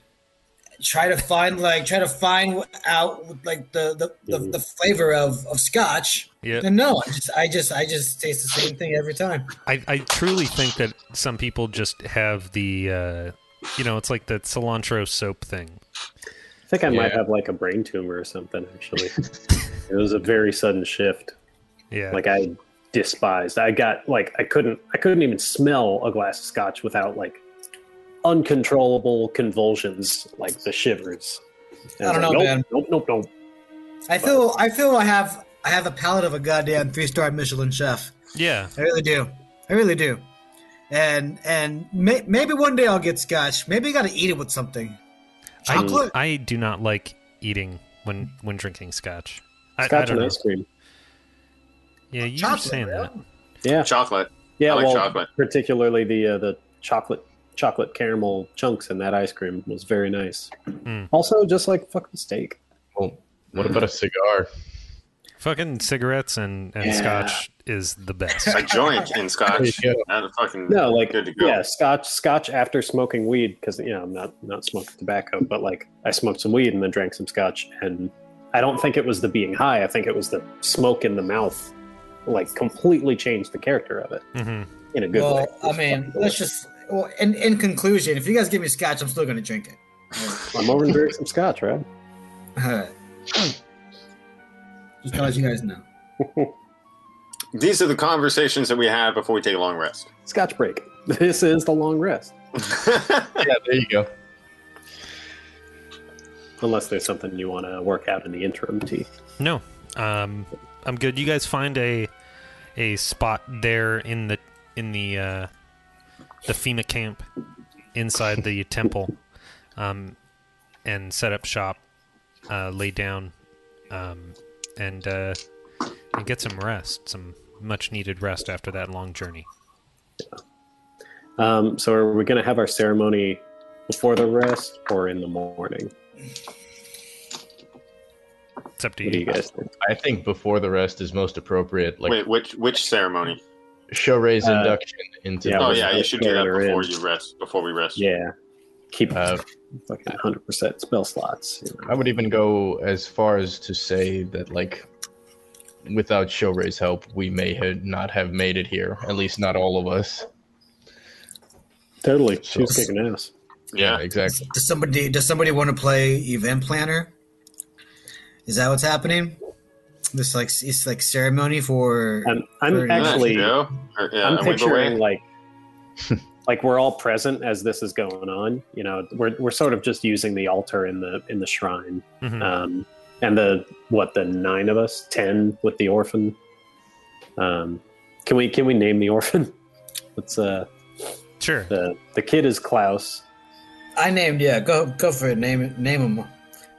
[SPEAKER 2] try to find like try to find out like the the, the, the flavor of of scotch.
[SPEAKER 1] Yeah,
[SPEAKER 2] Then no, I just I just I just taste the same thing every time.
[SPEAKER 1] I, I truly think that some people just have the, uh, you know, it's like the cilantro soap thing.
[SPEAKER 3] I think I might
[SPEAKER 5] Yeah.
[SPEAKER 3] have like a brain tumor or something. Actually, it was a very sudden shift.
[SPEAKER 1] Yeah,
[SPEAKER 3] Like I despised. I got like I couldn't. I couldn't even smell a glass of scotch without like uncontrollable convulsions, like the shivers. And
[SPEAKER 2] I don't
[SPEAKER 3] was
[SPEAKER 2] know,
[SPEAKER 3] like,
[SPEAKER 2] man.
[SPEAKER 3] nope, Nope, nope, nope.
[SPEAKER 2] I feel I feel I have I have a palate of a goddamn three star Michelin chef.
[SPEAKER 1] yeah,
[SPEAKER 2] I really do. I really do. And and may, maybe one day I'll get scotch. Maybe you got to eat it with something.
[SPEAKER 1] I,
[SPEAKER 2] Chocolate.
[SPEAKER 1] I do not like eating when when drinking scotch. I, I
[SPEAKER 3] Scotch
[SPEAKER 1] don't
[SPEAKER 3] and
[SPEAKER 1] know.
[SPEAKER 3] ice cream.
[SPEAKER 1] Yeah, you were
[SPEAKER 2] Chocolate,
[SPEAKER 1] saying
[SPEAKER 2] bro.
[SPEAKER 1] that.
[SPEAKER 3] Yeah,
[SPEAKER 4] Chocolate.
[SPEAKER 3] yeah.
[SPEAKER 4] I like
[SPEAKER 3] well,
[SPEAKER 4] chocolate.
[SPEAKER 3] particularly the uh, the chocolate chocolate caramel chunks in that ice cream was very nice.
[SPEAKER 1] Mm.
[SPEAKER 3] Also, just like fucking steak.
[SPEAKER 5] Well, Oh, what about a cigar?
[SPEAKER 1] Fucking cigarettes and, and
[SPEAKER 3] Yeah.
[SPEAKER 1] scotch is the best.
[SPEAKER 4] A joint in scotch.
[SPEAKER 5] There you
[SPEAKER 4] Now the fucking
[SPEAKER 3] No, like
[SPEAKER 4] good to go.
[SPEAKER 3] yeah, scotch scotch after smoking weed because you know I'm not not smoking tobacco, but like I smoked some weed and then drank some scotch, and I don't think it was the being high. I think it was the smoke in the mouth, like completely changed the character of it
[SPEAKER 1] hmm
[SPEAKER 3] in a good way.
[SPEAKER 2] Well,
[SPEAKER 3] It
[SPEAKER 2] I
[SPEAKER 3] was
[SPEAKER 2] mean,
[SPEAKER 3] fucking
[SPEAKER 2] let's just. Well, in in conclusion, if you guys give me scotch, I'm still gonna drink it.
[SPEAKER 3] delicious. I'm over and drink some scotch, right?
[SPEAKER 2] just to let you guys know.
[SPEAKER 4] These are the conversations that we have before we take a long rest.
[SPEAKER 3] Scotch break. This is the long rest,
[SPEAKER 5] Yeah, there you go.
[SPEAKER 3] unless there's something you want to work out in the interim. T.
[SPEAKER 1] No, um, I'm good. You guys find a a spot there in the in the uh, the FEMA camp inside the temple, um, and set up shop, uh, lay down, um, and uh, and get some rest, some much needed rest after that long journey.
[SPEAKER 3] Um, so are we going to have our ceremony before the rest or in the morning?
[SPEAKER 1] It's up to
[SPEAKER 3] What do you
[SPEAKER 1] you.
[SPEAKER 3] guys think?
[SPEAKER 5] I think before the rest is most appropriate. Like
[SPEAKER 4] Wait, which which ceremony?
[SPEAKER 5] Shorey's
[SPEAKER 3] Uh,
[SPEAKER 5] induction into
[SPEAKER 3] yeah,
[SPEAKER 5] the
[SPEAKER 4] oh
[SPEAKER 3] we're
[SPEAKER 4] yeah,
[SPEAKER 3] not
[SPEAKER 4] you should do that
[SPEAKER 3] carrying her
[SPEAKER 4] before
[SPEAKER 3] in.
[SPEAKER 4] you rest. Before we rest.
[SPEAKER 3] Yeah, keep
[SPEAKER 5] Uh,
[SPEAKER 3] fucking hundred percent spell slots. you know.
[SPEAKER 5] I would even go as far as to say that, like, without Shorey's help, we may ha- not have made it here. At least not all of us.
[SPEAKER 3] Totally, she
[SPEAKER 5] So-
[SPEAKER 3] was kicking ass.
[SPEAKER 4] Yeah.
[SPEAKER 5] exactly.
[SPEAKER 2] Does somebody does somebody want to play event planner? Is that what's happening? This like it's like ceremony for
[SPEAKER 3] I'm,
[SPEAKER 2] Very
[SPEAKER 3] I'm
[SPEAKER 2] nice.
[SPEAKER 4] You
[SPEAKER 3] actually,
[SPEAKER 4] know? Or, yeah,
[SPEAKER 3] I'm
[SPEAKER 4] wave away.
[SPEAKER 3] picturing like, like we're all present as this is going on. You know, we're we're sort of just using the altar in the in the shrine,
[SPEAKER 1] Mhm.
[SPEAKER 5] Hmm.
[SPEAKER 3] um, and the what the nine of us, ten with the orphan. Um, can we can we name the orphan? Let's uh.
[SPEAKER 1] Sure.
[SPEAKER 3] the the kid is Klaus.
[SPEAKER 2] I named yeah go go for it name it name them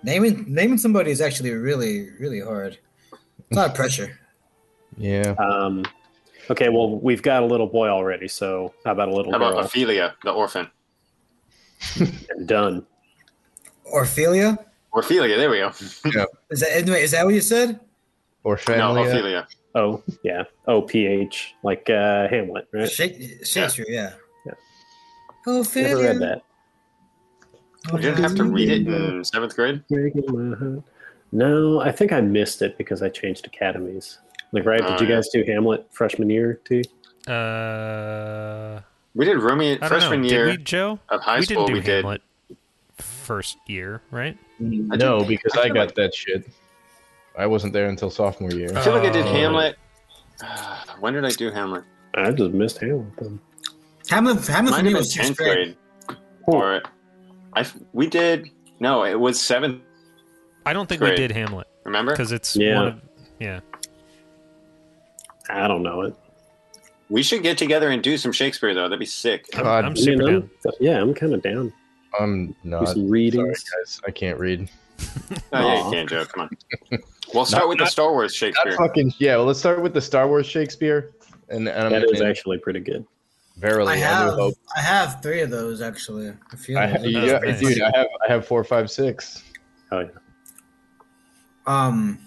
[SPEAKER 2] naming naming somebody is actually really really hard. It's a lot of pressure.
[SPEAKER 5] Yeah.
[SPEAKER 3] Um, okay, well we've got a little boy already, so how about a little
[SPEAKER 4] How about
[SPEAKER 3] girl?
[SPEAKER 4] Ophelia, the orphan?
[SPEAKER 3] And done.
[SPEAKER 2] Orphelia
[SPEAKER 4] Orphelia, there we go.
[SPEAKER 2] is that anyway? Is that what you said?
[SPEAKER 5] Or
[SPEAKER 4] No,
[SPEAKER 5] family.
[SPEAKER 4] Ophelia.
[SPEAKER 3] Oh yeah, O P H like uh, Hamlet, right?
[SPEAKER 2] Shake, Shakespeare yeah.
[SPEAKER 3] Yeah.
[SPEAKER 2] Ophelia.
[SPEAKER 3] Never read that.
[SPEAKER 4] We didn't have to read it in seventh grade.
[SPEAKER 3] Breaking my heart. No, I think I missed it because I changed academies. Like right,
[SPEAKER 4] Oh,
[SPEAKER 3] did you
[SPEAKER 4] yeah.
[SPEAKER 3] guys do Hamlet freshman year too?
[SPEAKER 1] Uh,
[SPEAKER 4] We did Romeo
[SPEAKER 1] I don't
[SPEAKER 4] freshman
[SPEAKER 1] know.
[SPEAKER 4] year
[SPEAKER 1] Did we, Joe?
[SPEAKER 4] of high
[SPEAKER 1] we
[SPEAKER 4] school.
[SPEAKER 1] didn't do
[SPEAKER 4] we did.
[SPEAKER 1] Hamlet first year, right?
[SPEAKER 4] I
[SPEAKER 5] no,
[SPEAKER 4] did-
[SPEAKER 5] because
[SPEAKER 4] I
[SPEAKER 5] I
[SPEAKER 4] feel
[SPEAKER 5] got
[SPEAKER 4] like-
[SPEAKER 5] that shit. I wasn't there until sophomore year.
[SPEAKER 4] I feel like I did
[SPEAKER 1] Oh.
[SPEAKER 4] Hamlet. when did I do Hamlet?
[SPEAKER 3] I just missed Hamlet. Then.
[SPEAKER 2] Hamlin Hamlin for
[SPEAKER 4] Might have
[SPEAKER 2] me
[SPEAKER 4] been
[SPEAKER 2] was
[SPEAKER 4] tenth
[SPEAKER 2] sixth
[SPEAKER 4] grade,
[SPEAKER 2] grade.
[SPEAKER 4] or I f- we did no, it was seventh.
[SPEAKER 1] I don't think we
[SPEAKER 4] Great.
[SPEAKER 1] did Hamlet
[SPEAKER 4] Remember,
[SPEAKER 1] because it's
[SPEAKER 3] Yeah.
[SPEAKER 1] one of yeah.
[SPEAKER 3] I don't know it.
[SPEAKER 4] we should get together and do some Shakespeare though. That'd be sick.
[SPEAKER 1] I'm,
[SPEAKER 5] God,
[SPEAKER 1] I'm
[SPEAKER 3] I mean,
[SPEAKER 1] super down.
[SPEAKER 3] I'm, yeah, I'm kind of down.
[SPEAKER 5] I'm
[SPEAKER 3] Do
[SPEAKER 5] not.
[SPEAKER 3] some
[SPEAKER 5] Uh, Sorry,
[SPEAKER 3] readings.
[SPEAKER 5] guys. I can't read.
[SPEAKER 4] Oh yeah,
[SPEAKER 3] Aw.
[SPEAKER 4] you can't joke. Come on. We'll start with the Star Wars Shakespeare.
[SPEAKER 5] Not fucking. Yeah. Well, let's start with the Star Wars Shakespeare. And, and
[SPEAKER 3] That
[SPEAKER 5] I'm
[SPEAKER 3] is actually pretty good.
[SPEAKER 2] I
[SPEAKER 5] verily, Oh, I, do
[SPEAKER 2] have
[SPEAKER 5] hope.
[SPEAKER 2] I have three of those actually. I feel
[SPEAKER 5] I,
[SPEAKER 2] those.
[SPEAKER 5] yeah,
[SPEAKER 1] nice.
[SPEAKER 5] dude, I have I have four, five, six.
[SPEAKER 3] Oh yeah.
[SPEAKER 2] Um.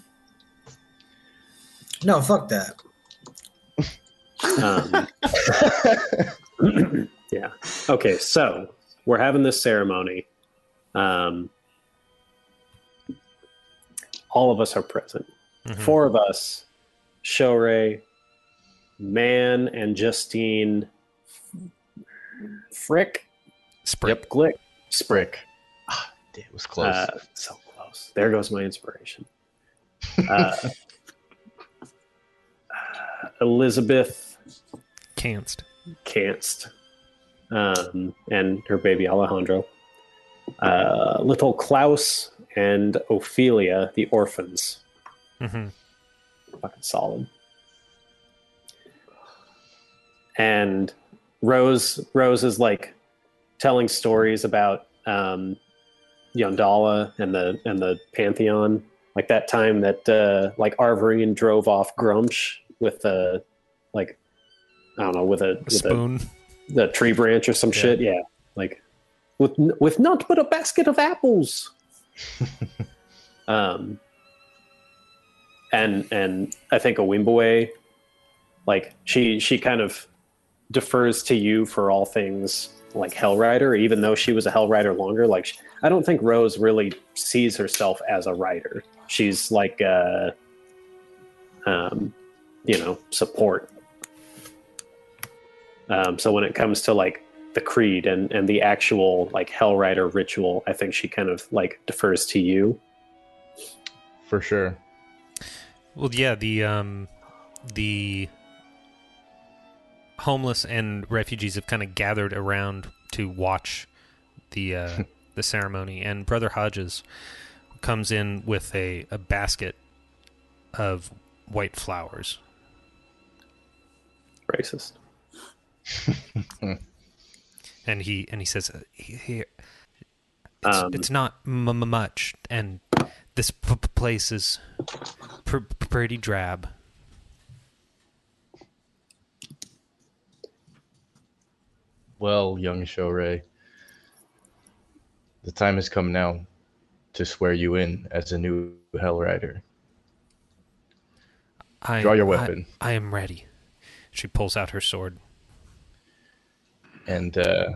[SPEAKER 2] No, fuck that.
[SPEAKER 3] Um, yeah. Okay, so we're having this ceremony. Um, all of us are present.
[SPEAKER 5] Mm-hmm.
[SPEAKER 1] Mhm.
[SPEAKER 3] Four of us, Shorey, Man, and Justine Frick.
[SPEAKER 1] Spring.
[SPEAKER 3] Glick.
[SPEAKER 5] Sprick. Ah, it was close.
[SPEAKER 3] Uh, so close. There goes my inspiration. Uh, uh, Elizabeth
[SPEAKER 1] Canst.
[SPEAKER 3] Canst um, and her baby Alejandro, uh, little Klaus and Ophelia, the orphans.
[SPEAKER 1] hmm
[SPEAKER 3] Fucking solid. And Rose, Rose is like telling stories about um, Yondala and the and the Pantheon, like that time that uh, like Arvorian drove off Grumsh with a like I don't know with a with a
[SPEAKER 1] Spoon.
[SPEAKER 3] the tree branch or some
[SPEAKER 1] Yeah.
[SPEAKER 3] shit. Yeah, like with with not but a basket of apples. um, and and I think a Wimboe, like she she kind of defers to you for all things like Hellrider, even though she was a Hellrider longer. Like she, I don't think Rose really sees herself as a writer. She's like uh, um, you know, support. Um, so when it comes to like the creed and and the actual like Hellrider ritual, I think she kind of like defers to you.
[SPEAKER 5] For sure.
[SPEAKER 1] Well, yeah, the um, the homeless and refugees have kind of gathered around to watch the uh, the ceremony, and Brother Hodges comes in with a, a basket of white flowers.
[SPEAKER 3] Racist.
[SPEAKER 1] and he and he says uh, he- here it's,
[SPEAKER 3] Um,
[SPEAKER 1] it's not m- m- much and this p- p- place is pr- pretty drab
[SPEAKER 5] Well, young Shoray, the time has come now to swear you in as a new Hell Rider.
[SPEAKER 1] I,
[SPEAKER 5] Draw your
[SPEAKER 1] I-
[SPEAKER 5] weapon.
[SPEAKER 1] I, am ready she pulls out her sword
[SPEAKER 5] and uh,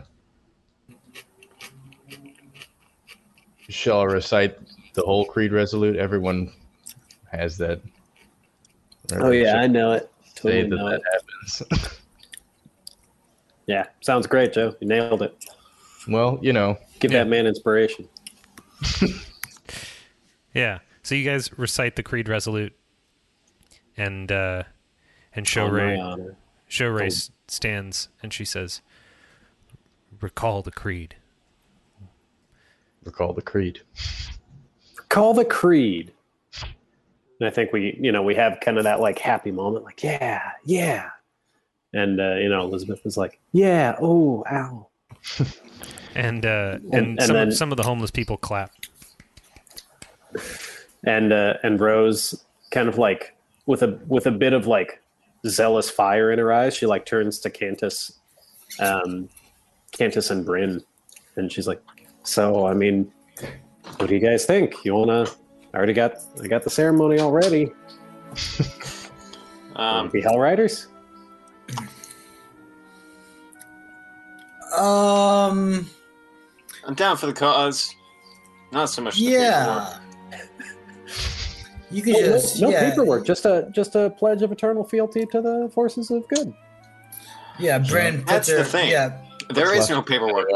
[SPEAKER 5] shall recite the whole creed resolute. Everyone has that.
[SPEAKER 3] Oh yeah, I know it.
[SPEAKER 5] Say
[SPEAKER 3] Totally
[SPEAKER 5] that
[SPEAKER 3] know
[SPEAKER 5] that
[SPEAKER 3] it.
[SPEAKER 5] happens.
[SPEAKER 3] Yeah, sounds great, Joe. You nailed it.
[SPEAKER 5] well, you know,
[SPEAKER 3] Give
[SPEAKER 1] Yeah.
[SPEAKER 3] that man inspiration.
[SPEAKER 1] yeah so you guys recite the creed resolute and uh and show
[SPEAKER 3] On Oh, my uh,
[SPEAKER 1] ray
[SPEAKER 3] honor.
[SPEAKER 1] show ray s- stands and she says recall the creed
[SPEAKER 5] recall the creed.
[SPEAKER 3] Call the creed. And I think we, you know, we have kind of that like happy moment, like yeah, yeah. And uh, you know, Elizabeth is like, yeah, oh, ow.
[SPEAKER 1] and uh and,
[SPEAKER 3] and
[SPEAKER 1] some,
[SPEAKER 3] then-
[SPEAKER 1] of, some of the homeless people clap
[SPEAKER 3] and uh, and Rose kind of like with a with a bit of like zealous fire in her eyes, she like turns to Cantus, um, Cantus and Bryn, and she's like, "So I mean, what do you guys think? You wanna? I already got I got the ceremony already. Um,
[SPEAKER 4] Um,
[SPEAKER 3] be Hell Riders?
[SPEAKER 2] Um.
[SPEAKER 4] I'm down for the cause. Not so much. The paperwork.
[SPEAKER 2] Yeah. You could just
[SPEAKER 3] no
[SPEAKER 2] yeah,
[SPEAKER 3] paperwork, just a just a pledge of eternal fealty to the forces of good.
[SPEAKER 2] Yeah, Bryn puts
[SPEAKER 4] That's
[SPEAKER 2] her.
[SPEAKER 4] the thing.
[SPEAKER 2] Yeah,
[SPEAKER 4] There
[SPEAKER 5] What's
[SPEAKER 4] is no paperwork.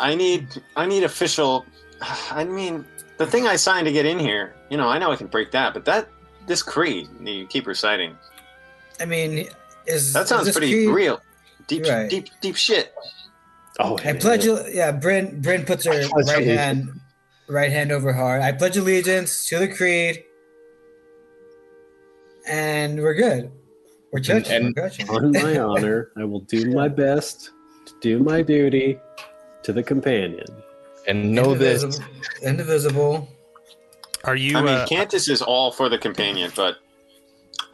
[SPEAKER 4] I need I need official I mean the thing I signed to get in here, you know, I know I can break that, but that this creed that you keep reciting.
[SPEAKER 2] I mean, is
[SPEAKER 4] That
[SPEAKER 2] is
[SPEAKER 4] sounds
[SPEAKER 2] this
[SPEAKER 4] pretty
[SPEAKER 2] key-
[SPEAKER 4] real. Deep
[SPEAKER 2] Right.
[SPEAKER 4] deep deep shit.
[SPEAKER 3] Oh,
[SPEAKER 2] I pledge. Yeah, Bryn. Bryn puts her
[SPEAKER 5] I pledge
[SPEAKER 2] right
[SPEAKER 5] allegiance.
[SPEAKER 2] hand, right hand over heart. I pledge allegiance to the creed, and we're good. We're churches.
[SPEAKER 5] and-
[SPEAKER 2] we're churches.
[SPEAKER 3] On my honor, I will do my best to do my duty to the companion.
[SPEAKER 5] And know this.
[SPEAKER 2] Indivisible- Indivisible.
[SPEAKER 1] are you
[SPEAKER 4] I mean
[SPEAKER 1] uh,
[SPEAKER 4] Cantus is all for the companion, but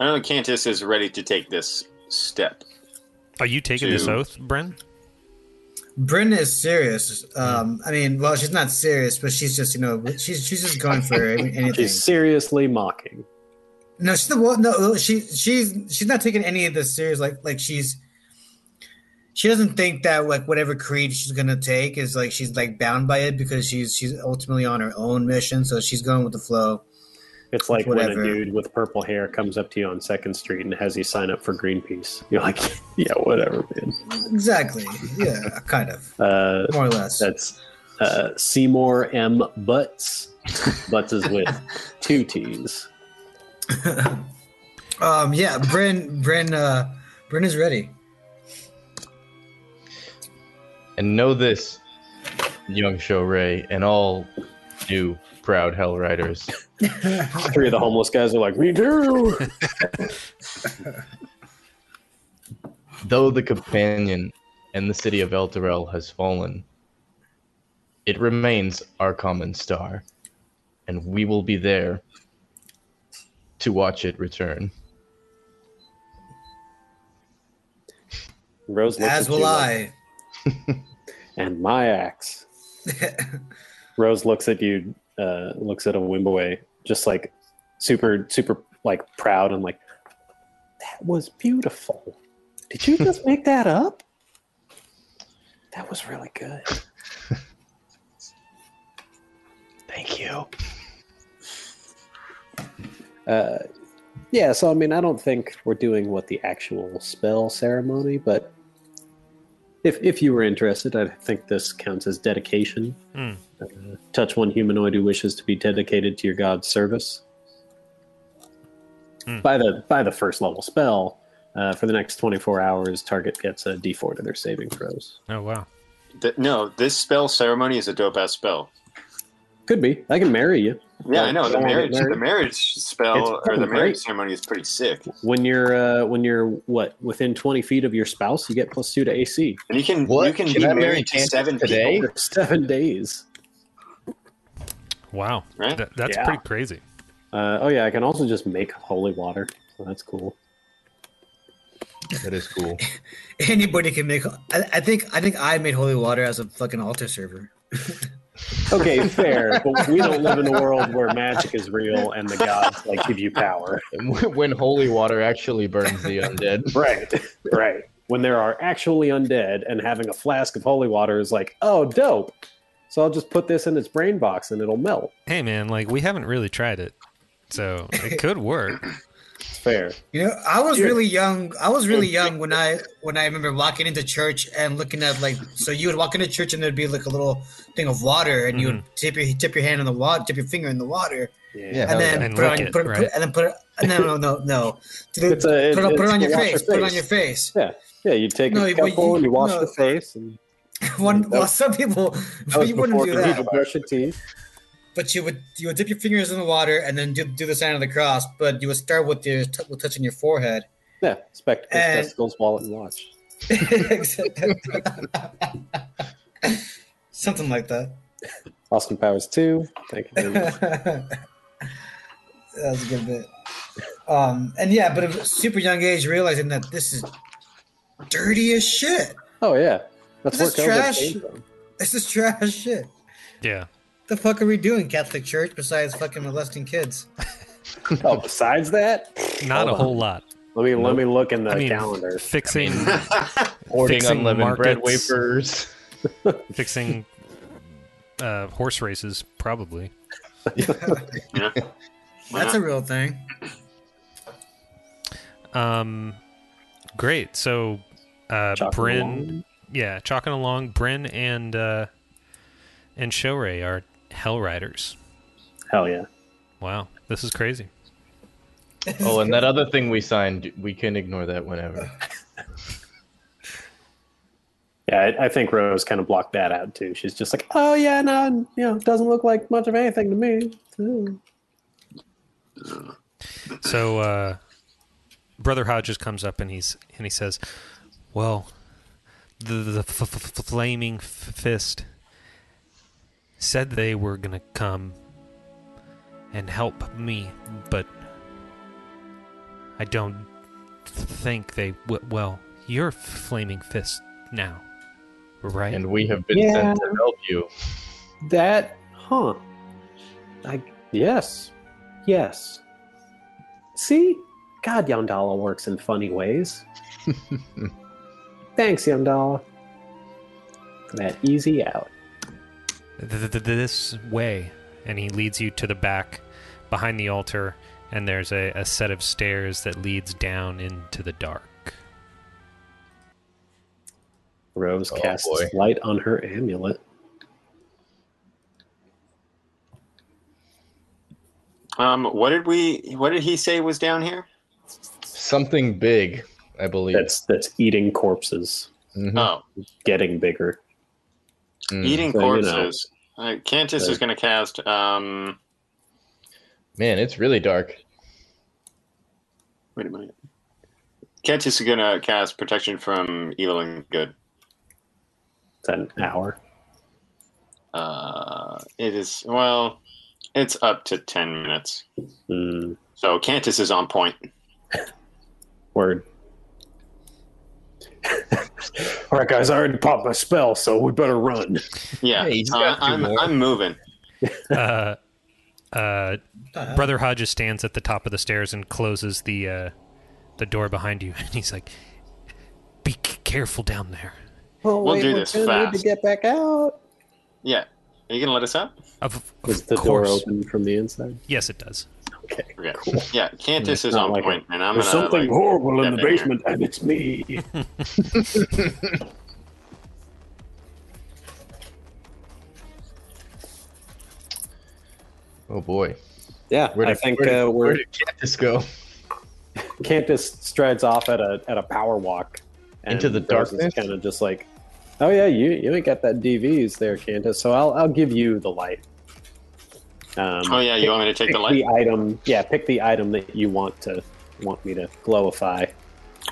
[SPEAKER 4] I don't think Cantus is ready to take this step.
[SPEAKER 1] are you taking this
[SPEAKER 4] to-
[SPEAKER 1] oath bren
[SPEAKER 2] Bryn is serious. Um, I mean, well, she's not serious, but she's just you know she's she's just going for any- anything.
[SPEAKER 3] She's seriously mocking.
[SPEAKER 2] No, she's the one. No, no, she she's she's not taking any of this serious. Like like she's she doesn't think that like whatever creed she's gonna take is like she's like bound by it because she's she's ultimately on her own mission. So she's going with the flow.
[SPEAKER 3] It's like
[SPEAKER 2] Whatever.
[SPEAKER 3] when a dude with purple hair comes up to you on Second Street and has you sign up for Greenpeace. You're like, yeah, whatever, man.
[SPEAKER 2] Exactly. Yeah, kind of.
[SPEAKER 3] Uh,
[SPEAKER 2] More or less.
[SPEAKER 3] that's uh, Seymour M. Butts. Butts is with two T's.
[SPEAKER 2] um, yeah, Bryn, Bryn, uh, Bryn is ready.
[SPEAKER 5] And know this, young Show Ray, and all you proud Hell Riders.
[SPEAKER 3] Three of the homeless guys are like, me too.
[SPEAKER 5] Though the companion and the city of Elturel has fallen, it remains our common star, and we will be there to watch it return.
[SPEAKER 3] Rose looks
[SPEAKER 2] As
[SPEAKER 3] at
[SPEAKER 2] will
[SPEAKER 3] you like,
[SPEAKER 2] I.
[SPEAKER 3] and my axe. Rose looks at you, uh, looks at a Wimbaway, just like super, super like proud and like, that was beautiful. Did you just make that up? That was really good. Thank you. Uh, yeah, so I mean, I don't think we're doing what the actual spell ceremony, but if if you were interested, I think this counts as dedication.
[SPEAKER 1] Hmm.
[SPEAKER 3] Uh, touch one humanoid who wishes to be dedicated to your god's service.
[SPEAKER 1] Hmm.
[SPEAKER 3] By the by, the first level spell uh, for the next twenty four hours, target gets a D four to their saving throws.
[SPEAKER 1] Oh wow.
[SPEAKER 4] Th- no, this spell ceremony is a dope ass spell.
[SPEAKER 3] Could be. I can marry you
[SPEAKER 4] Yeah, I know the
[SPEAKER 3] Yeah,
[SPEAKER 4] marriage.
[SPEAKER 3] marriage.
[SPEAKER 4] The marriage spell
[SPEAKER 3] It's
[SPEAKER 4] or the
[SPEAKER 3] fucking
[SPEAKER 4] marriage
[SPEAKER 3] great.
[SPEAKER 4] ceremony is pretty sick,
[SPEAKER 3] when you're uh, when you're what within twenty feet of your spouse. You get plus two to AC
[SPEAKER 4] and you can
[SPEAKER 5] What?
[SPEAKER 4] you can,
[SPEAKER 5] Can
[SPEAKER 4] be
[SPEAKER 5] I marry
[SPEAKER 4] married to
[SPEAKER 5] Candace
[SPEAKER 4] seven
[SPEAKER 5] today?
[SPEAKER 4] people.
[SPEAKER 3] for seven days.
[SPEAKER 1] Wow.
[SPEAKER 4] Right?
[SPEAKER 1] That, that's
[SPEAKER 3] Yeah.
[SPEAKER 1] pretty crazy.
[SPEAKER 3] Uh, oh yeah, I can also just make holy water. So that's cool.
[SPEAKER 5] That is cool.
[SPEAKER 2] Anybody can make. I, I think. I think I made holy water as a fucking altar server.
[SPEAKER 3] Okay, fair, but we don't live in a world where magic is real and the gods like give you power.
[SPEAKER 5] when holy water actually burns the undead.
[SPEAKER 3] Right, right. When there are actually undead and having a flask of holy water is like, oh, dope. So I'll just put this in its brain box and it'll melt.
[SPEAKER 1] Hey man, like we haven't really tried it, so it could work.
[SPEAKER 3] It's fair.
[SPEAKER 2] You know, I was
[SPEAKER 3] Dude.
[SPEAKER 2] really young. I was really
[SPEAKER 3] Oh,
[SPEAKER 2] young when I when I remember walking into church and looking at like so you would walk into church and there'd be like a little thing of water and you would
[SPEAKER 1] Mm-hmm.
[SPEAKER 2] tip your tip your hand in the water, tip your finger in the water,
[SPEAKER 5] Yeah.
[SPEAKER 2] and
[SPEAKER 5] Hell
[SPEAKER 2] then
[SPEAKER 5] yeah.
[SPEAKER 1] And
[SPEAKER 2] put it on
[SPEAKER 1] lick it,
[SPEAKER 2] put, it- put,
[SPEAKER 1] right?
[SPEAKER 2] and then put it no no no no put it,
[SPEAKER 3] It's a- it-
[SPEAKER 2] put it, put it
[SPEAKER 3] it's
[SPEAKER 2] on
[SPEAKER 3] to
[SPEAKER 2] your
[SPEAKER 3] wash your
[SPEAKER 2] face, put it on
[SPEAKER 3] face.
[SPEAKER 2] your face.
[SPEAKER 3] Yeah, you take
[SPEAKER 2] No,
[SPEAKER 3] a
[SPEAKER 2] but
[SPEAKER 3] couple
[SPEAKER 2] you-
[SPEAKER 3] and you wash
[SPEAKER 2] no.
[SPEAKER 3] the face. And
[SPEAKER 2] One
[SPEAKER 3] That
[SPEAKER 2] well,
[SPEAKER 3] was-
[SPEAKER 2] some people you wouldn't do
[SPEAKER 3] you
[SPEAKER 2] that,
[SPEAKER 3] could brush your teeth.
[SPEAKER 2] but you would you would dip your fingers in the water and then do, do the sign of the cross, but you would start with your t- with touching your forehead.
[SPEAKER 3] Yeah, spectacles,
[SPEAKER 2] And-
[SPEAKER 3] testicles, wallet, and watch.
[SPEAKER 2] Something like that.
[SPEAKER 3] Austin Powers 2. Thank you very much.
[SPEAKER 2] that was a good bit. Um, and yeah, but at a super young age, realizing that this is dirty as shit.
[SPEAKER 3] Oh, yeah. That's
[SPEAKER 2] This
[SPEAKER 3] where
[SPEAKER 2] is
[SPEAKER 3] COVID
[SPEAKER 2] trash.
[SPEAKER 3] came from.
[SPEAKER 2] This is trash shit.
[SPEAKER 1] Yeah.
[SPEAKER 2] The fuck are we doing, Catholic Church, besides fucking molesting kids?
[SPEAKER 3] Oh, besides that,
[SPEAKER 1] Not a
[SPEAKER 3] Hold on.
[SPEAKER 1] whole lot.
[SPEAKER 3] let me let me look in the
[SPEAKER 1] I mean,
[SPEAKER 3] calendar.
[SPEAKER 1] Fixing
[SPEAKER 5] Ordering
[SPEAKER 1] Fixing
[SPEAKER 5] unleavened bread
[SPEAKER 1] markets.
[SPEAKER 5] wafers.
[SPEAKER 1] fixing uh, horse races probably.
[SPEAKER 2] That's a real thing.
[SPEAKER 1] Um, great. So, uh,
[SPEAKER 3] Chalk
[SPEAKER 1] Bryn,
[SPEAKER 3] along.
[SPEAKER 1] yeah, chalking along. Bryn and uh, and Showray are hell riders.
[SPEAKER 3] Hell yeah.
[SPEAKER 1] Wow, this is crazy.
[SPEAKER 5] Oh, and that other thing we signed, we can ignore that whenever.
[SPEAKER 3] Yeah, I, I think Rose kind of blocked that out too. She's just like, oh yeah, no, you know, it doesn't look like much of anything to me. Mm.
[SPEAKER 1] So, uh, Brother Hodges comes up and he's and he says, "Well, the the f- f- f- flaming f- fist said they were gonna come and help me, but I don't th- think they w- well. You're flaming fist now, right?
[SPEAKER 5] And we have been sent to help you.
[SPEAKER 3] That, huh? I yes, yes. See, God, Yandala works in funny ways. Thanks, Yandala, for that easy out.
[SPEAKER 1] th- th- th- this way and he leads you to the back behind the altar, and there's a, a set of stairs that leads down into the dark.
[SPEAKER 3] Rose
[SPEAKER 5] Oh,
[SPEAKER 3] casts
[SPEAKER 5] boy.
[SPEAKER 3] light on her amulet.
[SPEAKER 4] Um, what did we? What did he say was down here?
[SPEAKER 5] Something big, I believe.
[SPEAKER 3] That's that's eating corpses,
[SPEAKER 5] Mhm.
[SPEAKER 4] Oh,
[SPEAKER 3] getting bigger.
[SPEAKER 5] Mm.
[SPEAKER 4] eating
[SPEAKER 3] Hmm. So, you know.
[SPEAKER 4] corpses. Uh, Cantus
[SPEAKER 3] So-
[SPEAKER 4] is going to cast. Um,
[SPEAKER 5] Man, it's really dark.
[SPEAKER 4] wait a minute. Cantus is going to cast protection from evil and good.
[SPEAKER 3] It's an hour.
[SPEAKER 4] Uh, it is well, it's up to ten minutes.
[SPEAKER 3] Mm,
[SPEAKER 4] So Cantus is on point.
[SPEAKER 3] word. All right, guys, I already popped my spell, so we better run.
[SPEAKER 4] Yeah,
[SPEAKER 5] Hey, he's
[SPEAKER 4] uh,
[SPEAKER 5] got two
[SPEAKER 4] I'm,
[SPEAKER 5] more.
[SPEAKER 4] I'm moving.
[SPEAKER 1] Uh, uh,
[SPEAKER 2] The hell?
[SPEAKER 1] Brother Hodges stands at the top of the stairs and closes the uh, the door behind you, and he's like, "Be c- careful down there."
[SPEAKER 7] Oh,
[SPEAKER 4] We'll
[SPEAKER 7] wait,
[SPEAKER 4] do
[SPEAKER 7] we're
[SPEAKER 4] this
[SPEAKER 7] gonna Need
[SPEAKER 4] fast.
[SPEAKER 7] to get back out.
[SPEAKER 4] Yeah, are you going to let us up?
[SPEAKER 1] Of, of
[SPEAKER 3] Is the door
[SPEAKER 1] course,
[SPEAKER 3] open from the inside?
[SPEAKER 1] yes, it does.
[SPEAKER 3] Okay.
[SPEAKER 4] Yeah, yeah. Cantus is
[SPEAKER 3] Not
[SPEAKER 4] on
[SPEAKER 3] like
[SPEAKER 4] point, and I'm
[SPEAKER 3] There's
[SPEAKER 4] gonna.
[SPEAKER 3] something
[SPEAKER 4] like-
[SPEAKER 3] horrible in the
[SPEAKER 4] step in here.
[SPEAKER 3] basement, and it's me.
[SPEAKER 5] Oh boy.
[SPEAKER 7] Yeah,
[SPEAKER 5] Where
[SPEAKER 7] I
[SPEAKER 5] did,
[SPEAKER 7] think
[SPEAKER 5] where did,
[SPEAKER 7] uh, we're.
[SPEAKER 5] where did Cantus go?
[SPEAKER 3] Cantus strides off at a at a power walk
[SPEAKER 5] Into the darkness?
[SPEAKER 3] Kind of just like, oh yeah, you you ain't got that DVs there, Cantus. So I'll I'll give you the light. Um,
[SPEAKER 4] Oh yeah, you want me to
[SPEAKER 3] pick
[SPEAKER 4] take the light?
[SPEAKER 3] item. Yeah, pick the item that you want to want me to glowify.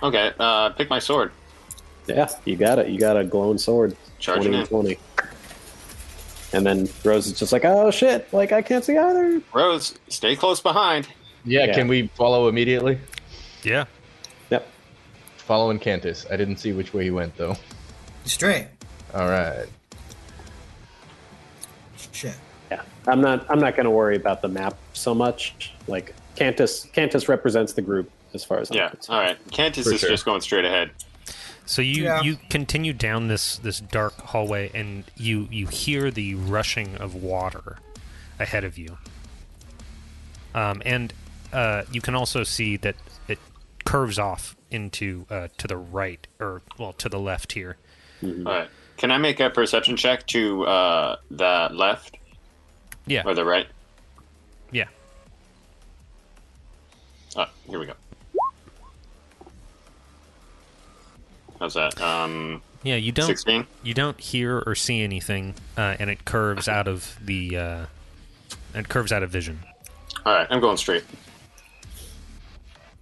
[SPEAKER 4] Okay, uh, pick my sword.
[SPEAKER 3] Yeah, you got it. You got a glowing sword.
[SPEAKER 4] Charging in.
[SPEAKER 3] 20. And then Rose is just like, oh shit, like I can't see either.
[SPEAKER 4] Rose, stay close behind.
[SPEAKER 5] Yeah,
[SPEAKER 3] Yeah.
[SPEAKER 5] can we follow immediately?
[SPEAKER 1] Yeah,
[SPEAKER 3] Yep.
[SPEAKER 5] Following Cantus. I didn't see which way he went though.
[SPEAKER 2] Straight.
[SPEAKER 5] All right.
[SPEAKER 2] Shit.
[SPEAKER 3] Yeah, I'm not. I'm not going to worry about the map so much. Like Cantus, Cantus represents the group as far as I'm
[SPEAKER 4] Yeah. All
[SPEAKER 3] concerned.
[SPEAKER 4] right. Cantus
[SPEAKER 5] For
[SPEAKER 4] is
[SPEAKER 5] sure.
[SPEAKER 4] just going straight ahead.
[SPEAKER 1] So you
[SPEAKER 2] Yeah.
[SPEAKER 1] you continue down this this dark hallway, and you you hear the rushing of water ahead of you. Um, and uh, you can also see that it curves off into uh, to the right, or well, to the left here.
[SPEAKER 4] All right. Can I make a perception check to uh, the left
[SPEAKER 1] Yeah,
[SPEAKER 4] or the right?
[SPEAKER 1] yeah.
[SPEAKER 4] Oh, here we go. How's that? Um,
[SPEAKER 1] Yeah, you don't
[SPEAKER 4] sixteen.
[SPEAKER 1] you don't hear or see anything, uh, and it curves out of the uh, it curves out of vision.
[SPEAKER 4] All right, I'm going straight.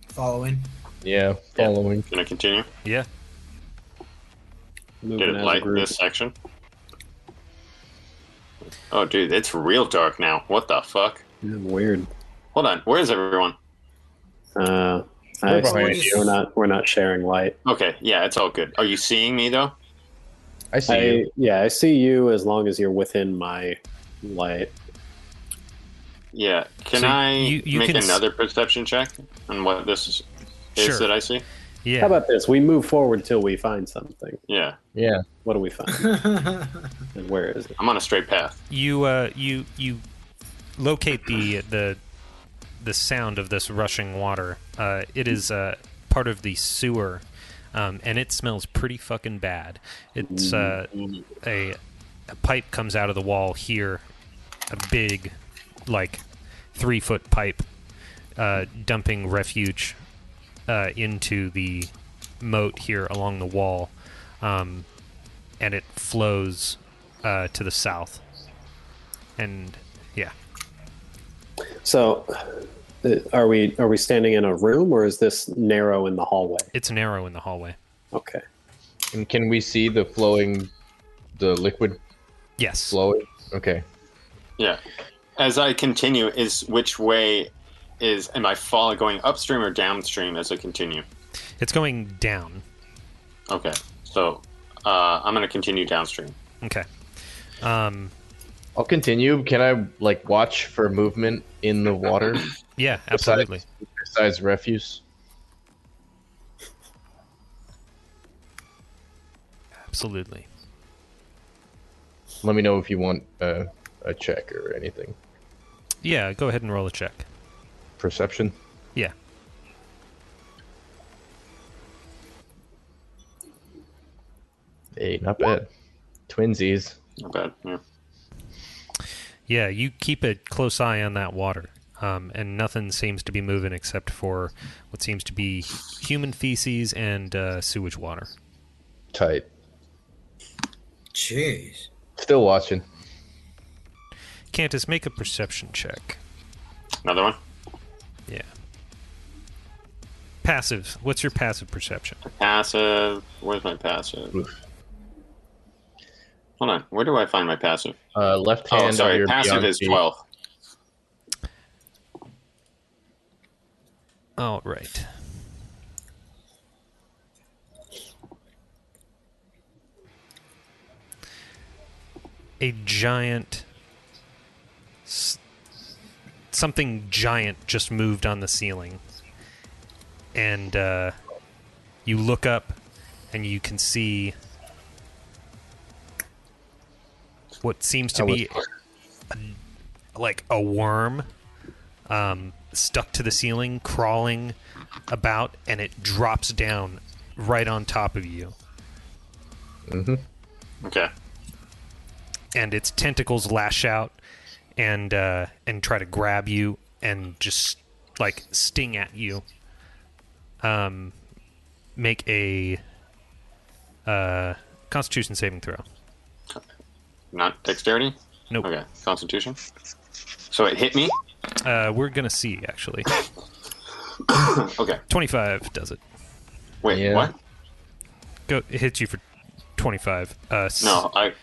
[SPEAKER 2] Following.
[SPEAKER 5] Yeah, following.
[SPEAKER 4] Can I continue?
[SPEAKER 1] Yeah,
[SPEAKER 3] Moving
[SPEAKER 4] Did it
[SPEAKER 3] as a
[SPEAKER 4] light
[SPEAKER 3] group.
[SPEAKER 4] this section? Oh, dude, it's real dark now. What the fuck?
[SPEAKER 3] Yeah, weird.
[SPEAKER 4] Hold on. Where is everyone?
[SPEAKER 3] Uh, I
[SPEAKER 5] We're
[SPEAKER 3] assume
[SPEAKER 5] behind
[SPEAKER 2] you.
[SPEAKER 3] we're not. We're not sharing light.
[SPEAKER 4] Okay, yeah, it's all good. Are you seeing me though?
[SPEAKER 5] I see
[SPEAKER 3] I
[SPEAKER 5] you.
[SPEAKER 3] yeah. I see you as long as you're within my light.
[SPEAKER 4] Yeah. Can
[SPEAKER 1] So
[SPEAKER 4] I
[SPEAKER 1] you- you
[SPEAKER 4] make
[SPEAKER 1] can s-
[SPEAKER 4] another perception check on what this is
[SPEAKER 1] Sure.
[SPEAKER 4] that I see?
[SPEAKER 1] yeah.
[SPEAKER 3] How about this? We move forward till we find something.
[SPEAKER 4] Yeah,
[SPEAKER 5] Yeah.
[SPEAKER 3] What do we find? and where is it?
[SPEAKER 4] I'm on a straight path.
[SPEAKER 1] you uh, you you locate the the the sound of this rushing water. Uh, it is uh, part of the sewer, um, and it smells pretty fucking bad. It's uh, a a pipe comes out of the wall here, a big, like three foot pipe, uh, dumping refuge uh, into the moat here along the wall, um, and it flows uh, to the south. And yeah,
[SPEAKER 3] So, uh, are we are we standing in a room or is this narrow in the hallway?
[SPEAKER 1] it's narrow in the hallway.
[SPEAKER 3] Okay.
[SPEAKER 5] And can we see the flowing the liquid
[SPEAKER 1] Yes.
[SPEAKER 5] flowing? Okay.
[SPEAKER 4] Yeah. As I continue, is which way is am I fall going upstream or downstream as I continue?
[SPEAKER 1] It's going down.
[SPEAKER 4] Okay. So uh, I'm gonna continue downstream.
[SPEAKER 1] Okay. Um,
[SPEAKER 5] I'll continue. Can I like watch for movement in the water
[SPEAKER 1] yeah,
[SPEAKER 5] Besides-
[SPEAKER 1] absolutely.
[SPEAKER 5] besides refuse?
[SPEAKER 1] Absolutely.
[SPEAKER 5] Let me know if you want uh, a check or anything.
[SPEAKER 1] yeah, go ahead and roll a check.
[SPEAKER 5] Perception.
[SPEAKER 1] Yeah.
[SPEAKER 5] Hey, not bad. Twinsies.
[SPEAKER 4] Not bad. Yeah.
[SPEAKER 1] Yeah, you keep a close eye on that water, um, and nothing seems to be moving except for what seems to be human feces and uh, sewage water.
[SPEAKER 5] Tight.
[SPEAKER 2] Jeez.
[SPEAKER 5] Still watching.
[SPEAKER 1] Cantus, make a perception check.
[SPEAKER 4] Another one.
[SPEAKER 1] Yeah. Passive. What's your passive perception?
[SPEAKER 4] Passive. Where's my passive?
[SPEAKER 5] Oof.
[SPEAKER 4] Hold on. Where do I find my passive?
[SPEAKER 5] Uh, left hand.
[SPEAKER 4] Oh,
[SPEAKER 5] of
[SPEAKER 4] sorry.
[SPEAKER 5] your
[SPEAKER 4] Passive
[SPEAKER 5] beyond
[SPEAKER 4] is
[SPEAKER 5] feet.
[SPEAKER 4] twelve.
[SPEAKER 1] All right. A giant. s- Something giant just moved on the ceiling. And uh, you look up and you can see what seems to
[SPEAKER 5] I
[SPEAKER 1] be
[SPEAKER 5] was-
[SPEAKER 1] like a worm um, stuck to the ceiling, crawling about, and it drops down right on top of you.
[SPEAKER 4] Okay.
[SPEAKER 1] And its tentacles lash out and uh, and try to grab you and just like sting at you. Um, make a uh, Constitution saving throw.
[SPEAKER 4] Not dexterity.
[SPEAKER 1] Nope.
[SPEAKER 4] Okay. Constitution. So it hit me.
[SPEAKER 1] Uh, we're gonna see actually.
[SPEAKER 4] Okay.
[SPEAKER 1] Twenty-five does it.
[SPEAKER 4] Wait.
[SPEAKER 5] Yeah.
[SPEAKER 4] What?
[SPEAKER 1] Go. It hits you for twenty-five. Uh, s-
[SPEAKER 4] No. I.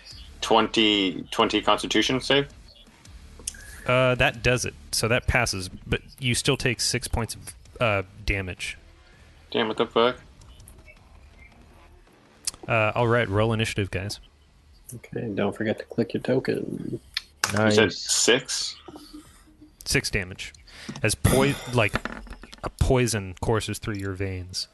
[SPEAKER 4] 20, 20 Constitution save.
[SPEAKER 1] Uh, that does it. So that passes, but you still take six points of uh, damage.
[SPEAKER 4] Damn. What the fuck?
[SPEAKER 1] Uh, all right, roll initiative, guys.
[SPEAKER 3] Okay, and don't forget to click your token.
[SPEAKER 4] You said
[SPEAKER 5] Nice.
[SPEAKER 4] six.
[SPEAKER 1] Six damage, as poi- like a poison courses through your veins.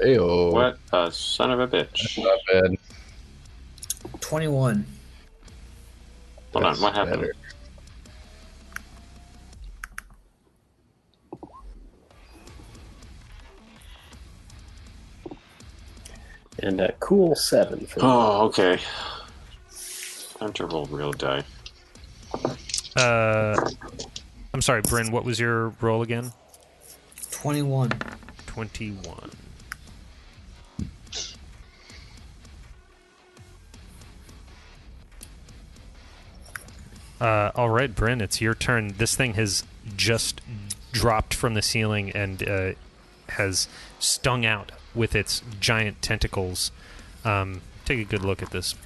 [SPEAKER 5] Ayo.
[SPEAKER 4] What a son of a bitch.
[SPEAKER 5] Not bad.
[SPEAKER 2] 21.
[SPEAKER 4] Hold on.
[SPEAKER 5] That's
[SPEAKER 4] What happened?
[SPEAKER 5] better.
[SPEAKER 3] And a cool seven for
[SPEAKER 4] Oh, okay. Time to roll real die.
[SPEAKER 1] Uh, I'm sorry, Bryn. What was your roll again?
[SPEAKER 2] 21.
[SPEAKER 1] Twenty-one. Uh, all right, Bryn, it's your turn. This thing has just dropped from the ceiling and uh, has stung out with its giant tentacles. Um, take a good look at this.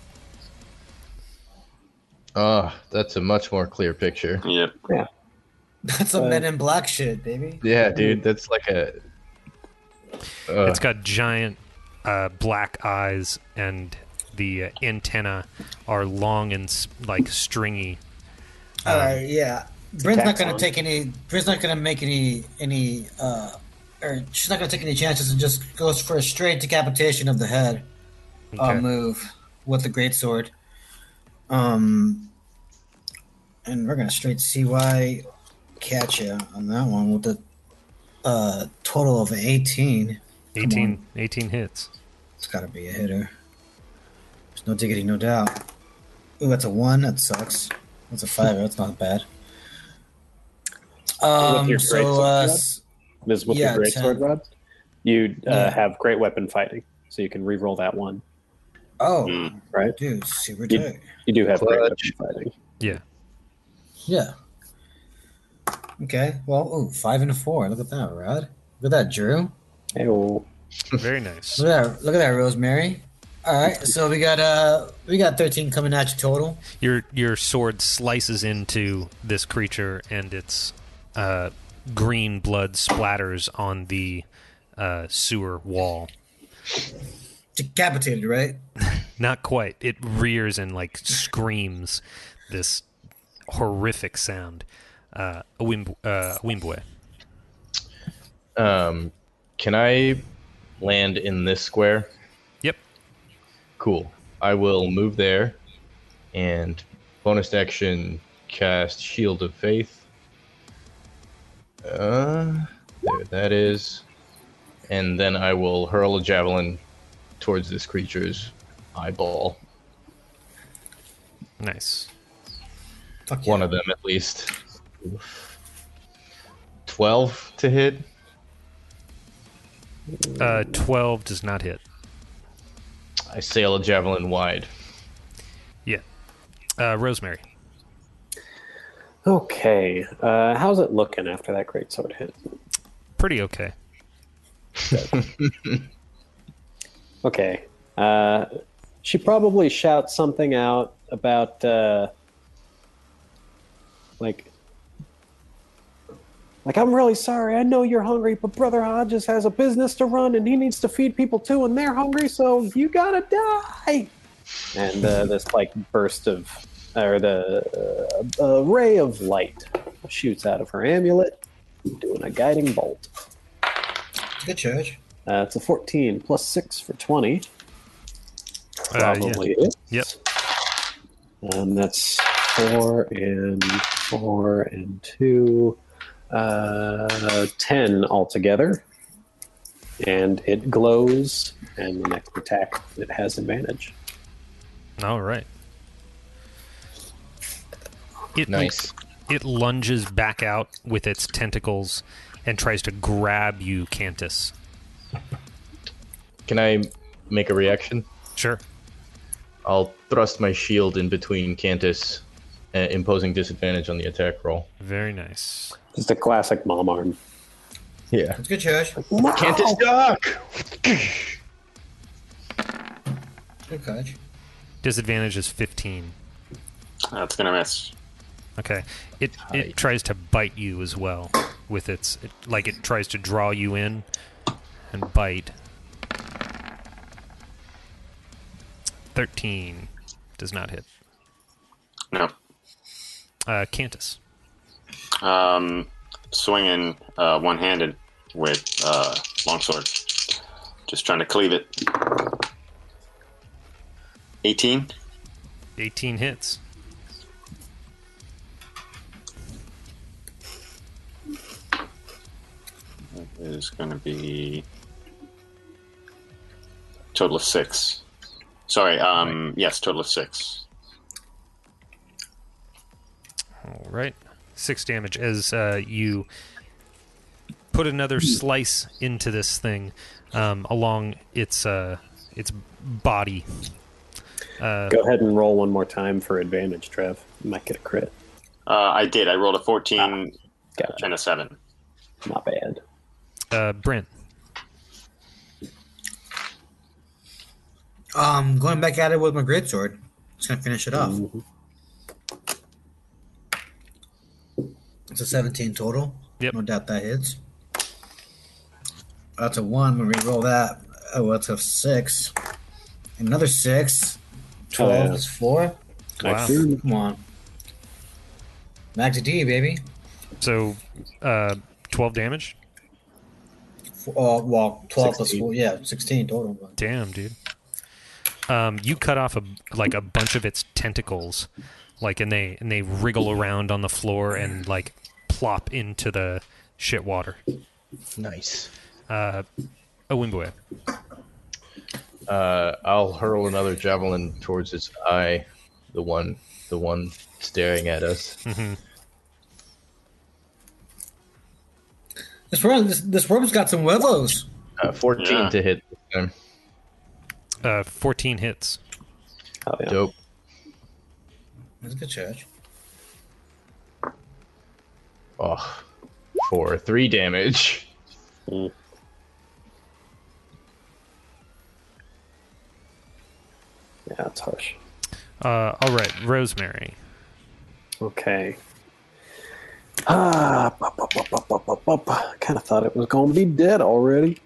[SPEAKER 5] Ah, that's a much more clear picture.
[SPEAKER 4] Yep.
[SPEAKER 2] That's a men in black shit, baby.
[SPEAKER 5] Yeah, dude, that's like a. Uh,
[SPEAKER 1] It's got giant uh, black eyes, and the uh, antenna are long and s- like stringy.
[SPEAKER 2] Alright, yeah. Bryn's not
[SPEAKER 3] Tax
[SPEAKER 2] gonna
[SPEAKER 3] on.
[SPEAKER 2] take any. Bryn's not gonna make any any. uh Or she's not gonna take any chances and just goes for a straight decapitation of the head uh,
[SPEAKER 1] Okay.
[SPEAKER 2] move with the great sword. Um, and we're gonna straight CY catch you on that one with a uh total of eighteen.
[SPEAKER 1] 18, 18 hits.
[SPEAKER 2] It's gotta be a hitter. There's no diggity, no doubt. Ooh, that's a one. That sucks. That's a five. That's not bad. Um,
[SPEAKER 3] your great
[SPEAKER 2] so
[SPEAKER 3] sword,
[SPEAKER 2] uh,
[SPEAKER 3] Rob?
[SPEAKER 2] s-
[SPEAKER 3] Ms. with
[SPEAKER 2] Yeah,
[SPEAKER 3] your great
[SPEAKER 2] ten.
[SPEAKER 3] sword rod. You uh,
[SPEAKER 2] Yeah.
[SPEAKER 3] have great weapon fighting, so you can re-roll that one.
[SPEAKER 2] oh,
[SPEAKER 4] Mm.
[SPEAKER 3] Right.
[SPEAKER 2] dude, super
[SPEAKER 3] You-
[SPEAKER 2] tight.
[SPEAKER 3] You do have great weapon
[SPEAKER 5] Clutch.
[SPEAKER 3] fighting.
[SPEAKER 1] Yeah.
[SPEAKER 2] Yeah. Okay. Well, ooh, five and a four. Look at that, Rod. Look at that, Drew.
[SPEAKER 3] Hey, oh,
[SPEAKER 1] Very nice.
[SPEAKER 2] Look at that. Look at that, Rosemary. All right. So we got uh we got thirteen coming at you total.
[SPEAKER 1] Your your sword slices into this creature, and its uh, green blood splatters on the uh, sewer wall.
[SPEAKER 2] Decapitated, right?
[SPEAKER 1] Not quite. It rears and like screams this horrific sound. Uh, a wimb- uh, Wimbwe.
[SPEAKER 5] um, can I land in this square?
[SPEAKER 1] Yep.
[SPEAKER 5] Cool. I will move there and bonus action cast Shield of Faith Uh, there that is. And then I will hurl a javelin towards this creature's eyeball.
[SPEAKER 1] Nice.
[SPEAKER 2] Fuck
[SPEAKER 5] One
[SPEAKER 2] yeah.
[SPEAKER 5] of them, at least. Oof. 12 to hit.
[SPEAKER 1] Uh, 12 does not hit.
[SPEAKER 5] I sail a javelin wide.
[SPEAKER 1] Yeah. Uh, Rosemary.
[SPEAKER 3] Okay. Uh, how's it looking after that great sword hit?
[SPEAKER 1] Pretty okay.
[SPEAKER 3] Okay. Uh, she probably shouts something out about uh, like like I'm really sorry. I know you're hungry, but Brother Hodges has a business to run and he needs to feed people too, and they're hungry, so you gotta die. And uh, this like burst of or the uh, a ray of light shoots out of her amulet, doing a guiding bolt.
[SPEAKER 2] Good church.
[SPEAKER 3] Uh, it's a 14 plus 6 for 20.
[SPEAKER 1] Uh, yeah.
[SPEAKER 3] Probably is.
[SPEAKER 1] Yep.
[SPEAKER 3] Um, that's 4 and 4 and 2. Uh, 10 altogether. And it glows, and the next attack, it has advantage.
[SPEAKER 1] All right. It
[SPEAKER 5] Nice.
[SPEAKER 1] It lunges back out with its tentacles and tries to grab you, Cantus.
[SPEAKER 5] Can I make a reaction?
[SPEAKER 1] Sure.
[SPEAKER 5] I'll thrust my shield in between Cantus, uh, imposing disadvantage on the attack roll.
[SPEAKER 1] Very nice.
[SPEAKER 3] Just a classic mom arm.
[SPEAKER 5] Yeah.
[SPEAKER 2] It's good church.
[SPEAKER 5] Cantus duck!
[SPEAKER 2] Good catch.
[SPEAKER 1] Disadvantage is 15.
[SPEAKER 4] That's gonna miss.
[SPEAKER 1] Okay. It it
[SPEAKER 5] Tight.
[SPEAKER 1] tries to bite you as well with its it, like it tries to draw you in and bite. 13 does not hit.
[SPEAKER 4] No.
[SPEAKER 1] Uh Cantus.
[SPEAKER 4] Um, swinging uh, one-handed with uh, longsword. Just trying to cleave it. 18.
[SPEAKER 1] 18 hits.
[SPEAKER 4] is going to be total of six. Sorry, um, yes, total of six.
[SPEAKER 1] All right. Six damage as uh, you put another slice into this thing um, along its uh, its body. Uh,
[SPEAKER 3] Go ahead and roll one more time for advantage, Trev. You might get a crit.
[SPEAKER 4] Uh, I did. I rolled a fourteen
[SPEAKER 3] Gotcha.
[SPEAKER 4] and a seven.
[SPEAKER 3] Not bad.
[SPEAKER 1] Uh, Brent.
[SPEAKER 2] Um, going back at it with my great sword. Just gonna finish it off.
[SPEAKER 3] Mhm.
[SPEAKER 2] It's a 17 total.
[SPEAKER 1] Yep.
[SPEAKER 2] No doubt that hits. That's a one when we roll that. Oh, that's a six. Another six. 12
[SPEAKER 3] yeah.
[SPEAKER 2] is four.
[SPEAKER 1] Wow.
[SPEAKER 2] Come on. Max D, baby.
[SPEAKER 1] So uh, 12 damage?
[SPEAKER 2] F- Oh, well, 12 plus
[SPEAKER 3] 16.
[SPEAKER 2] four. Yeah, 16 total. but-
[SPEAKER 1] Damn, dude. Um, you cut off a like a bunch of its tentacles, like and they and they wriggle around on the floor and like plop into the shit water.
[SPEAKER 5] Nice.
[SPEAKER 1] Uh, Owimbwe.
[SPEAKER 5] Uh, I'll hurl another javelin towards its eye, the one, the one staring at us.
[SPEAKER 2] This worm, this, this worm's got some huevos.
[SPEAKER 5] Uh, Fourteen
[SPEAKER 4] Yeah.
[SPEAKER 5] to hit. this time.
[SPEAKER 1] Uh, 14 hits.
[SPEAKER 3] Oh, yeah.
[SPEAKER 5] Dope.
[SPEAKER 2] That's a good church.
[SPEAKER 5] Oh, four, three damage.
[SPEAKER 3] Mm. Yeah, that's harsh.
[SPEAKER 1] Uh, all right, Rosemary.
[SPEAKER 3] Okay. Ah, kind of thought it was going to be dead already.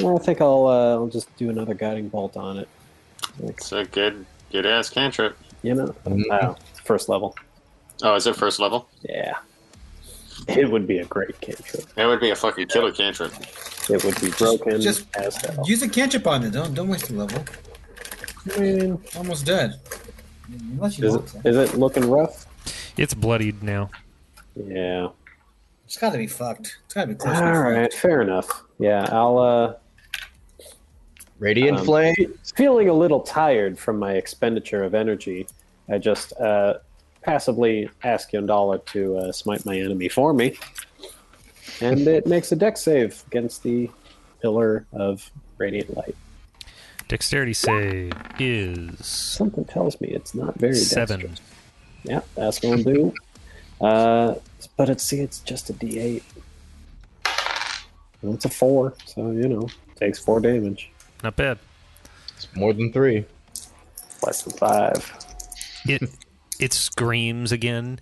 [SPEAKER 3] Well, I think I'll uh, I'll just do another guiding bolt on it. Like,
[SPEAKER 4] It's a good, good ass cantrip.
[SPEAKER 3] you know,
[SPEAKER 5] Mm.
[SPEAKER 3] oh, first level.
[SPEAKER 4] Oh, is it first level?
[SPEAKER 3] Yeah, it would be a great cantrip.
[SPEAKER 4] That would be a fucking killer cantrip.
[SPEAKER 3] It would be broken
[SPEAKER 2] just-
[SPEAKER 3] as hell.
[SPEAKER 2] Use a cantrip on it. Don't don't waste the level.
[SPEAKER 3] I mean,
[SPEAKER 2] Almost dead. Unless you
[SPEAKER 3] Is
[SPEAKER 2] want
[SPEAKER 3] it,
[SPEAKER 2] to.
[SPEAKER 3] is it looking rough?
[SPEAKER 1] It's bloodied now.
[SPEAKER 3] Yeah.
[SPEAKER 2] It's gotta be fucked. It's gotta be close. to
[SPEAKER 3] All right. Fair enough. Yeah. I'll. uh
[SPEAKER 5] Radiant
[SPEAKER 3] Um,
[SPEAKER 5] flame.
[SPEAKER 3] feeling a little tired from my expenditure of energy, I just uh, passively ask Yondala to uh, smite my enemy for me. And it makes a deck save against the pillar of radiant light.
[SPEAKER 1] Dexterity save is
[SPEAKER 3] Something tells me it's not very
[SPEAKER 1] seven.
[SPEAKER 3] dexterous. Yeah, that's gonna do. uh, but it's see, it's just a D eight. And it's a four, so you know, takes four damage.
[SPEAKER 1] Not bad.
[SPEAKER 5] It's more than three.
[SPEAKER 3] Less than five.
[SPEAKER 1] It it screams again,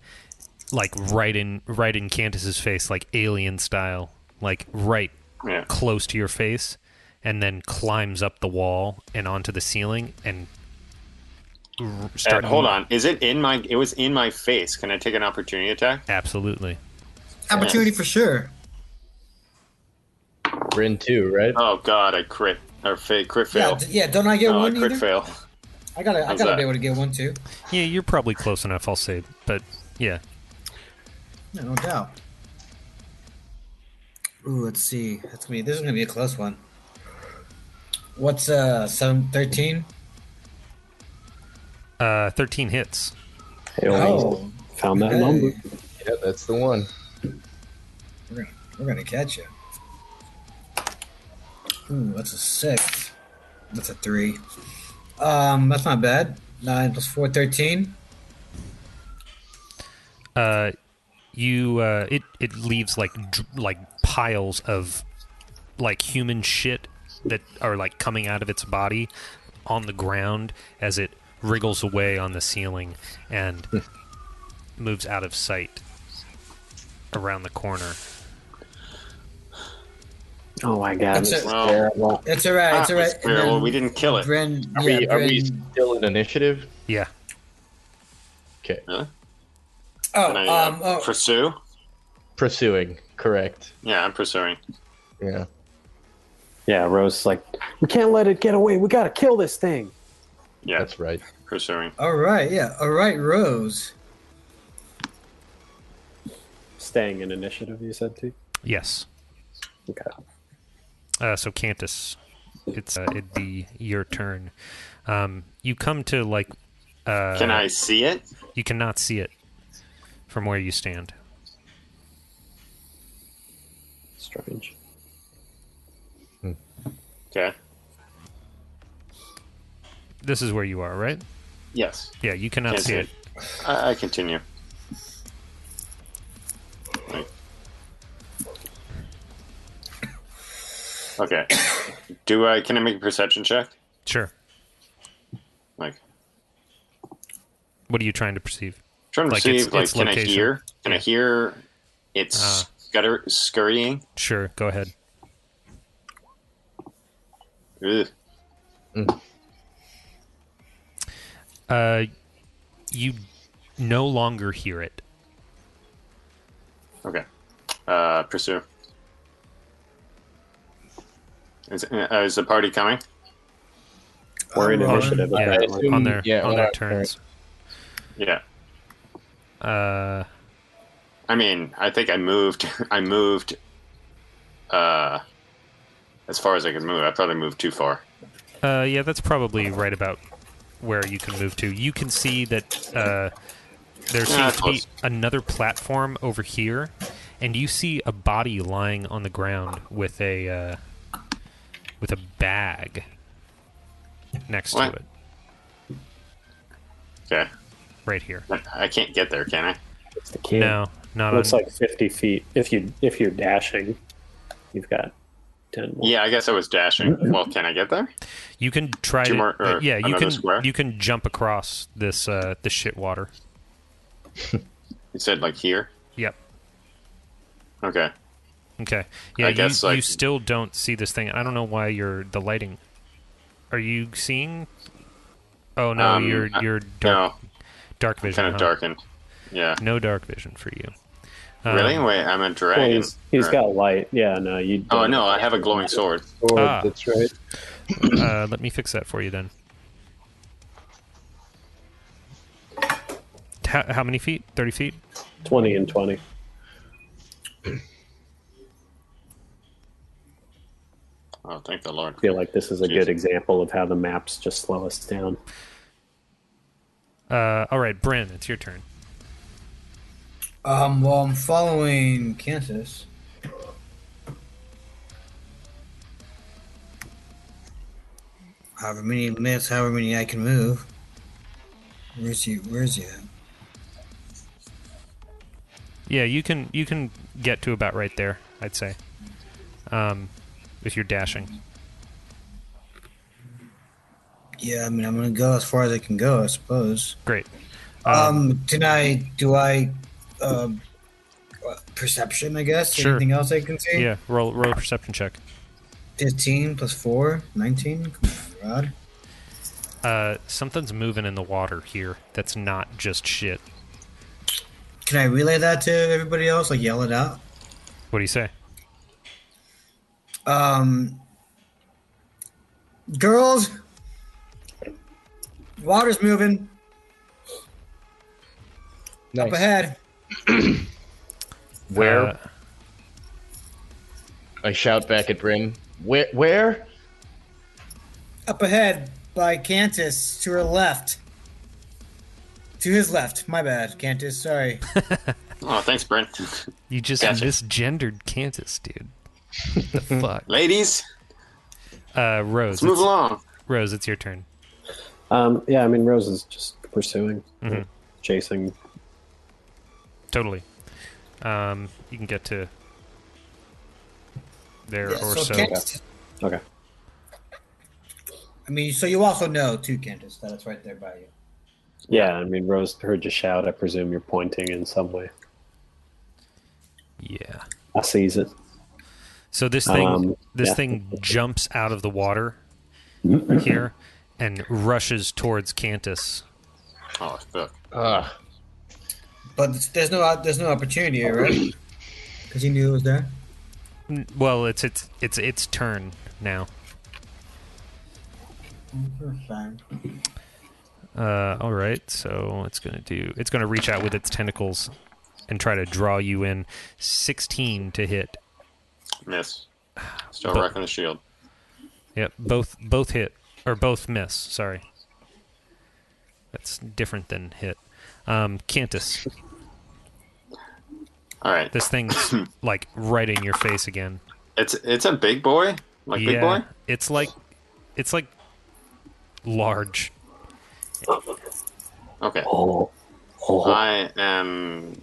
[SPEAKER 1] like right in right in Candace's face, like alien style, like right
[SPEAKER 4] Yeah.
[SPEAKER 1] close to your face, and then climbs up the wall and onto the ceiling and r- start.
[SPEAKER 4] Uh, hold on. Is it in my? It was in my face. Can I take an opportunity attack?
[SPEAKER 1] Absolutely.
[SPEAKER 2] Opportunity for sure.
[SPEAKER 5] We're in two, right?
[SPEAKER 4] Oh God, I crit or fa- crit
[SPEAKER 2] Yeah,
[SPEAKER 4] fail.
[SPEAKER 2] d- yeah. Don't I get
[SPEAKER 4] no, I
[SPEAKER 2] one
[SPEAKER 4] crit
[SPEAKER 2] either?
[SPEAKER 4] fail.
[SPEAKER 2] I gotta, I
[SPEAKER 4] How's
[SPEAKER 2] gotta
[SPEAKER 4] that?
[SPEAKER 2] be able to get one too.
[SPEAKER 1] Yeah, you're probably close enough. I'll say, but yeah,
[SPEAKER 2] Yeah, no doubt. Ooh, let's see. That's gonna be. This is gonna be a close one. What's uh seven thirteen?
[SPEAKER 1] uh, thirteen hits.
[SPEAKER 3] Hey,
[SPEAKER 2] Oh,
[SPEAKER 3] found that
[SPEAKER 2] Hey.
[SPEAKER 3] number.
[SPEAKER 5] Yeah, that's the one.
[SPEAKER 2] we're gonna, we're gonna catch you. Ooh, that's a six. That's a three. Um, that's not bad. Nine plus four, thirteen.
[SPEAKER 1] Uh, you uh, it it leaves like dr- like piles of like human shit that are like coming out of its body on the ground as it wriggles away on the ceiling and moves out of sight around the corner.
[SPEAKER 3] Oh my god,
[SPEAKER 2] That's
[SPEAKER 3] this is
[SPEAKER 2] it.
[SPEAKER 4] Well,
[SPEAKER 3] terrible.
[SPEAKER 2] It's all right. It's all right.
[SPEAKER 4] That
[SPEAKER 5] Ah,
[SPEAKER 4] was
[SPEAKER 2] And
[SPEAKER 4] terrible.
[SPEAKER 2] then
[SPEAKER 4] we didn't kill it.
[SPEAKER 2] Bryn,
[SPEAKER 5] Are
[SPEAKER 2] yeah,
[SPEAKER 5] we are we
[SPEAKER 2] Bryn-
[SPEAKER 5] still in initiative?
[SPEAKER 1] Yeah,
[SPEAKER 5] Okay.
[SPEAKER 2] Oh,
[SPEAKER 4] Can I, uh,
[SPEAKER 2] um, oh,
[SPEAKER 4] pursue?
[SPEAKER 5] Pursuing, correct.
[SPEAKER 4] Yeah, I'm pursuing.
[SPEAKER 5] Yeah.
[SPEAKER 3] Yeah, Rose is like, we can't let it get away. We gotta kill this thing.
[SPEAKER 4] Yeah,
[SPEAKER 5] That's right.
[SPEAKER 4] pursuing.
[SPEAKER 2] all right. Yeah, all right, Rose.
[SPEAKER 3] Staying in initiative, you said too.
[SPEAKER 1] yes.
[SPEAKER 3] Okay.
[SPEAKER 1] Uh, so Cantus, it's uh, it'd be your turn. Um, you come to like. Uh,
[SPEAKER 4] Can I see it?
[SPEAKER 1] You cannot see it from where you stand.
[SPEAKER 3] Strange.
[SPEAKER 4] Okay.
[SPEAKER 1] This is where you are, right?
[SPEAKER 4] Yes.
[SPEAKER 1] Yeah, you cannot
[SPEAKER 4] Can't
[SPEAKER 1] see
[SPEAKER 4] see
[SPEAKER 1] it.
[SPEAKER 4] I, I continue. Wait. Okay. Do I? Can I make a perception check?
[SPEAKER 1] Sure.
[SPEAKER 4] Like
[SPEAKER 1] What are you trying to perceive?
[SPEAKER 4] trying to
[SPEAKER 1] Like,
[SPEAKER 4] see.
[SPEAKER 1] its-
[SPEAKER 4] like,
[SPEAKER 1] its
[SPEAKER 4] can I
[SPEAKER 1] location.
[SPEAKER 4] hear? Can I
[SPEAKER 1] Yeah.
[SPEAKER 4] hear? It's
[SPEAKER 1] Ah.
[SPEAKER 4] scutter, scurrying.
[SPEAKER 1] Sure, go ahead.
[SPEAKER 4] Ugh.
[SPEAKER 1] Uh, you no longer hear it.
[SPEAKER 4] Okay. Uh, pursue. Is, uh, is the party coming?
[SPEAKER 3] We're in
[SPEAKER 2] Um,
[SPEAKER 3] initiative.
[SPEAKER 1] yeah.
[SPEAKER 3] apparently.
[SPEAKER 5] Mm,
[SPEAKER 1] on their
[SPEAKER 5] yeah,
[SPEAKER 1] on
[SPEAKER 5] all
[SPEAKER 1] their
[SPEAKER 5] right, all right.
[SPEAKER 1] turns.
[SPEAKER 4] Yeah.
[SPEAKER 1] Uh,
[SPEAKER 4] I mean, I think I moved. I moved. Uh, as far as I could move, I probably moved too far.
[SPEAKER 1] uh, yeah, that's probably right about where you can move to. You can see that uh, there
[SPEAKER 5] Ah,
[SPEAKER 4] Yeah,
[SPEAKER 1] seems to be
[SPEAKER 4] close.
[SPEAKER 1] another platform over here, and you see a body lying on the ground with a uh, with a bag next to
[SPEAKER 4] What?
[SPEAKER 1] it,
[SPEAKER 4] Okay,
[SPEAKER 1] right here.
[SPEAKER 4] But I can't get there, can I?
[SPEAKER 3] It's the key.
[SPEAKER 1] No, not
[SPEAKER 3] Looks
[SPEAKER 1] on.
[SPEAKER 3] like fifty feet. If you if you're dashing, you've got ten. More.
[SPEAKER 4] Yeah, I guess I was dashing. Well, can I get there?
[SPEAKER 1] You can try
[SPEAKER 4] Two
[SPEAKER 1] to,
[SPEAKER 4] more-
[SPEAKER 1] uh,
[SPEAKER 4] or
[SPEAKER 1] yeah, you
[SPEAKER 4] another
[SPEAKER 1] can
[SPEAKER 4] square?
[SPEAKER 1] you can jump across this uh this shit water.
[SPEAKER 4] You said like here.
[SPEAKER 1] Yep.
[SPEAKER 4] Okay.
[SPEAKER 1] Okay. Yeah,
[SPEAKER 4] I
[SPEAKER 1] you,
[SPEAKER 4] guess, like-
[SPEAKER 1] you still don't see this thing. I don't know why you're the lighting. Are you seeing? Oh no,
[SPEAKER 4] Um,
[SPEAKER 1] you're
[SPEAKER 4] I-
[SPEAKER 1] you're dark, Uh-huh.
[SPEAKER 4] No,
[SPEAKER 1] dark vision.
[SPEAKER 4] kind of
[SPEAKER 1] huh?
[SPEAKER 4] darkened. Yeah.
[SPEAKER 1] No dark vision for you. Um,
[SPEAKER 4] really? Wait, I'm a
[SPEAKER 3] Well,
[SPEAKER 4] dragon.
[SPEAKER 3] he's, he's
[SPEAKER 4] Or-
[SPEAKER 3] got light. Yeah, no, you.
[SPEAKER 4] Oh no, I have a glowing sword.
[SPEAKER 5] Oh,
[SPEAKER 1] Ah.
[SPEAKER 5] That's right.
[SPEAKER 1] Uh, let me fix that for you then. How, how many feet? Thirty feet.
[SPEAKER 3] 20 and 20.
[SPEAKER 4] Oh, thank the Lord.
[SPEAKER 3] I feel like this is a good example of how the maps just slow us down.
[SPEAKER 1] Uh, all right, Bryn, it's your turn.
[SPEAKER 2] Um, well, I'm following Kansas. However many minutes, however many I can move. Where's he? Where's he? At?
[SPEAKER 1] Yeah, you can you can get to about right there. I'd say, um, if you're dashing.
[SPEAKER 2] Yeah, I mean, I'm gonna go as far as I can go, I suppose.
[SPEAKER 1] Great.
[SPEAKER 2] Um, can I? Do I? Um, uh, perception, I guess.
[SPEAKER 1] Sure.
[SPEAKER 2] Anything else I can see?
[SPEAKER 1] Yeah. Roll roll a perception check.
[SPEAKER 2] 15 plus 4, 19. Come on, God.
[SPEAKER 1] Uh, something's moving in the water here. That's not just shit.
[SPEAKER 2] Can I relay that to everybody else? Like yell it out?
[SPEAKER 1] What do you say?
[SPEAKER 2] Um, girls, water's moving up
[SPEAKER 5] Nice.
[SPEAKER 2] ahead.
[SPEAKER 5] Where?
[SPEAKER 1] Uh,
[SPEAKER 5] I shout back at Bryn. Where? Where?
[SPEAKER 2] Up ahead by Cantus to her left. To his left. My bad, Cantus. Sorry.
[SPEAKER 4] Oh, thanks, Brent.
[SPEAKER 1] you just
[SPEAKER 4] Gotcha.
[SPEAKER 1] misgendered Kansas, dude. the fuck.
[SPEAKER 4] Ladies,
[SPEAKER 1] Uh, Rose.
[SPEAKER 4] let's move
[SPEAKER 1] it's-
[SPEAKER 4] along.
[SPEAKER 1] Rose, it's your turn.
[SPEAKER 3] Um, yeah, I mean, Rose is just pursuing,
[SPEAKER 1] Mhm.
[SPEAKER 3] chasing.
[SPEAKER 1] Totally. Um, you can get to there
[SPEAKER 2] Yeah,
[SPEAKER 1] or so.
[SPEAKER 2] Cantus-
[SPEAKER 3] Okay.
[SPEAKER 2] I mean, so you also know, too, Cantus, that it's right there by you.
[SPEAKER 3] Yeah, I mean, Rose heard you shout. I presume you're pointing in some way.
[SPEAKER 1] Yeah.
[SPEAKER 3] I sees it.
[SPEAKER 1] So this thing
[SPEAKER 3] Um,
[SPEAKER 1] this
[SPEAKER 3] yeah.
[SPEAKER 1] thing jumps out of the water here and rushes towards Cantus.
[SPEAKER 4] Oh, fuck.
[SPEAKER 5] Ugh.
[SPEAKER 2] But there's no uh, there's no opportunity, here, right? Because he knew it was there.
[SPEAKER 1] N- Well, it's it's it's its turn now. Uh, all right, so it's gonna do. It's gonna reach out with its tentacles and try to draw you in. Sixteen to hit.
[SPEAKER 4] Miss. Still
[SPEAKER 1] But-
[SPEAKER 4] rocking the shield.
[SPEAKER 1] Yep, both both hit or both miss. Sorry, that's different than hit. Um, Cantus,
[SPEAKER 4] All right.
[SPEAKER 1] this thing's like right in your face again.
[SPEAKER 4] It's it's a big boy, like big
[SPEAKER 1] yeah,
[SPEAKER 4] boy.
[SPEAKER 1] it's like it's like large.
[SPEAKER 4] Okay.
[SPEAKER 3] Oh, oh.
[SPEAKER 4] I am.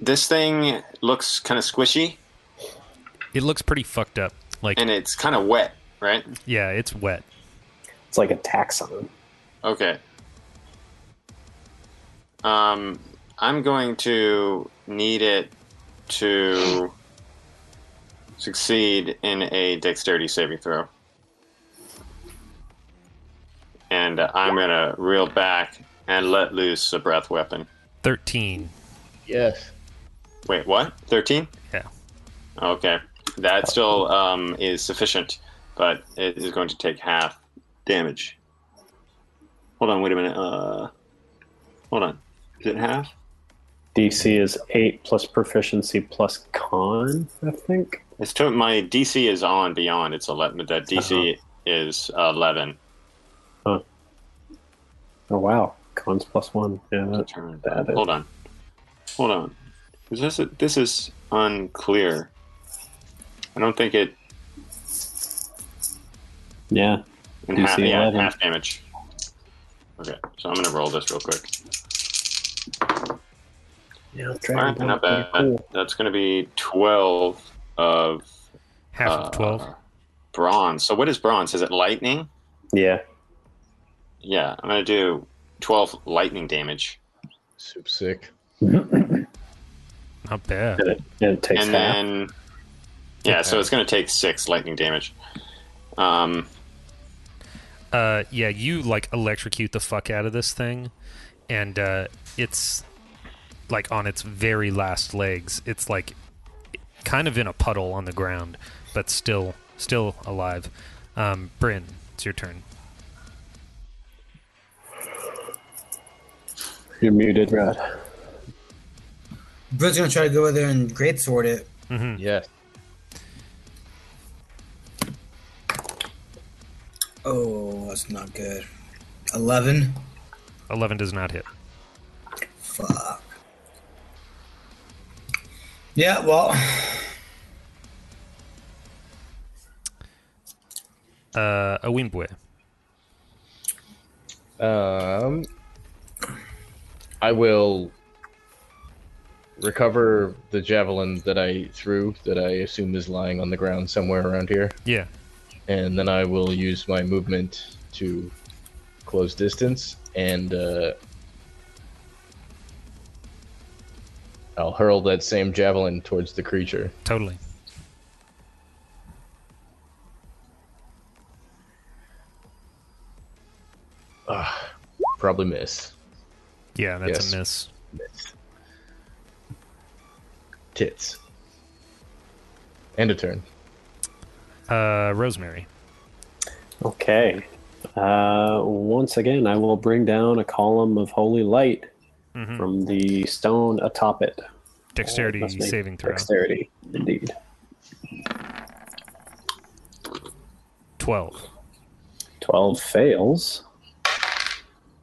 [SPEAKER 4] This thing looks kind of squishy,
[SPEAKER 1] It looks pretty fucked up. Like
[SPEAKER 4] and it's kind of wet, right?
[SPEAKER 1] yeah, it's wet.
[SPEAKER 3] it's like a taxon.
[SPEAKER 4] Okay. Um, I'm going to need it to succeed in a dexterity saving throw. And uh, I'm going to reel back and let loose a breath weapon.
[SPEAKER 1] Thirteen.
[SPEAKER 5] Yes.
[SPEAKER 4] Wait, what? 13?
[SPEAKER 1] Yeah.
[SPEAKER 4] Okay. That still um, is sufficient, but it is going to take half damage. Hold on, wait a minute. Uh, hold on. Is it half?
[SPEAKER 3] DC is eight plus proficiency plus con, I think.
[SPEAKER 4] It's to, my DC is on beyond. It's 11. That DC is 11.
[SPEAKER 3] Oh wow, con's plus one. Yeah, that,
[SPEAKER 4] Turn.
[SPEAKER 3] that is.
[SPEAKER 4] Hold on. Hold on. Is this, this is unclear. I don't think it.
[SPEAKER 3] yeah.
[SPEAKER 4] And
[SPEAKER 3] You
[SPEAKER 4] half,
[SPEAKER 3] see
[SPEAKER 4] yeah,
[SPEAKER 3] 11.
[SPEAKER 4] half damage. Okay, so I'm going to roll this real quick.
[SPEAKER 3] Yeah,
[SPEAKER 4] All right, not bad. That's going to be 12 of
[SPEAKER 1] Half
[SPEAKER 4] uh,
[SPEAKER 1] of twelve.
[SPEAKER 4] bronze. So what is bronze? Is it lightning?
[SPEAKER 3] Yeah,
[SPEAKER 4] Yeah, I'm going to do 12 lightning damage.
[SPEAKER 5] Soup sick.
[SPEAKER 1] Not bad.
[SPEAKER 3] and it, and it takes
[SPEAKER 4] and
[SPEAKER 3] half.
[SPEAKER 4] then Yeah, so
[SPEAKER 5] Okay.
[SPEAKER 4] it's going to take 6 lightning damage. Um
[SPEAKER 1] uh, yeah, you like electrocute the fuck out of this thing, and uh, it's like on its very last legs. It's like kind of in a puddle on the ground, but still, still alive. Um, Bryn, it's your turn.
[SPEAKER 3] You're muted, Rod.
[SPEAKER 2] Brett's gonna try to go over there and greatsword it.
[SPEAKER 1] hmm
[SPEAKER 5] Yes.
[SPEAKER 2] Oh, that's not good. 11?
[SPEAKER 1] 11 does not hit.
[SPEAKER 2] Fuck. Yeah, well,
[SPEAKER 1] Uh, a Wimbwe.
[SPEAKER 5] Um, I will recover the javelin that I threw, that I assume is lying on the ground somewhere around here,
[SPEAKER 1] Yeah.
[SPEAKER 5] and then I will use my movement to close distance, and uh, I'll hurl that same javelin towards the creature.
[SPEAKER 1] Totally.
[SPEAKER 5] Ah, probably miss.
[SPEAKER 1] Yeah, that's
[SPEAKER 5] Yes.
[SPEAKER 1] a miss.
[SPEAKER 5] Tits. End of turn.
[SPEAKER 1] Uh, Rosemary.
[SPEAKER 3] Okay. Uh, once again, I will bring down a column of holy light
[SPEAKER 1] Mhm.
[SPEAKER 3] from the stone atop it.
[SPEAKER 1] Dexterity
[SPEAKER 3] Must make
[SPEAKER 1] saving throw.
[SPEAKER 3] Dexterity, indeed.
[SPEAKER 1] 12.
[SPEAKER 3] 12 fails.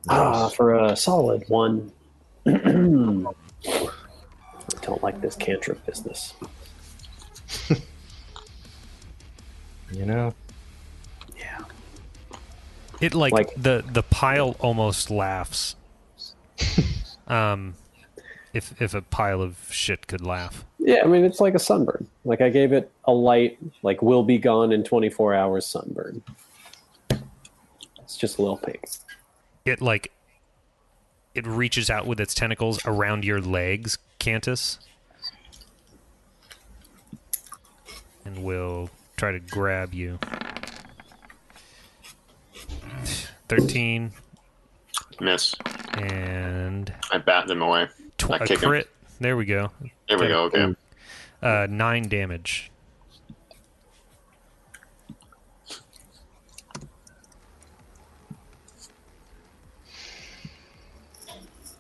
[SPEAKER 3] Ah, for a solid one. I don't like this cantrip business.
[SPEAKER 5] You know,
[SPEAKER 3] Yeah.
[SPEAKER 1] It like,
[SPEAKER 3] Like-
[SPEAKER 1] the the pile almost laughs. um if if a pile of shit could laugh.
[SPEAKER 3] Yeah, I mean, it's like a sunburn. Like, I gave it a light, like, will be gone in 24 hours sunburn. It's just a little pink.
[SPEAKER 1] It like it reaches out with its tentacles around your legs, Cantus. And will try to grab you. 13
[SPEAKER 4] Miss.
[SPEAKER 1] and
[SPEAKER 4] I bat them away.
[SPEAKER 1] tw-
[SPEAKER 4] I
[SPEAKER 1] a
[SPEAKER 4] kick him.
[SPEAKER 1] crit. There we go.
[SPEAKER 4] There we go. Okay.
[SPEAKER 1] Uh, 9 damage.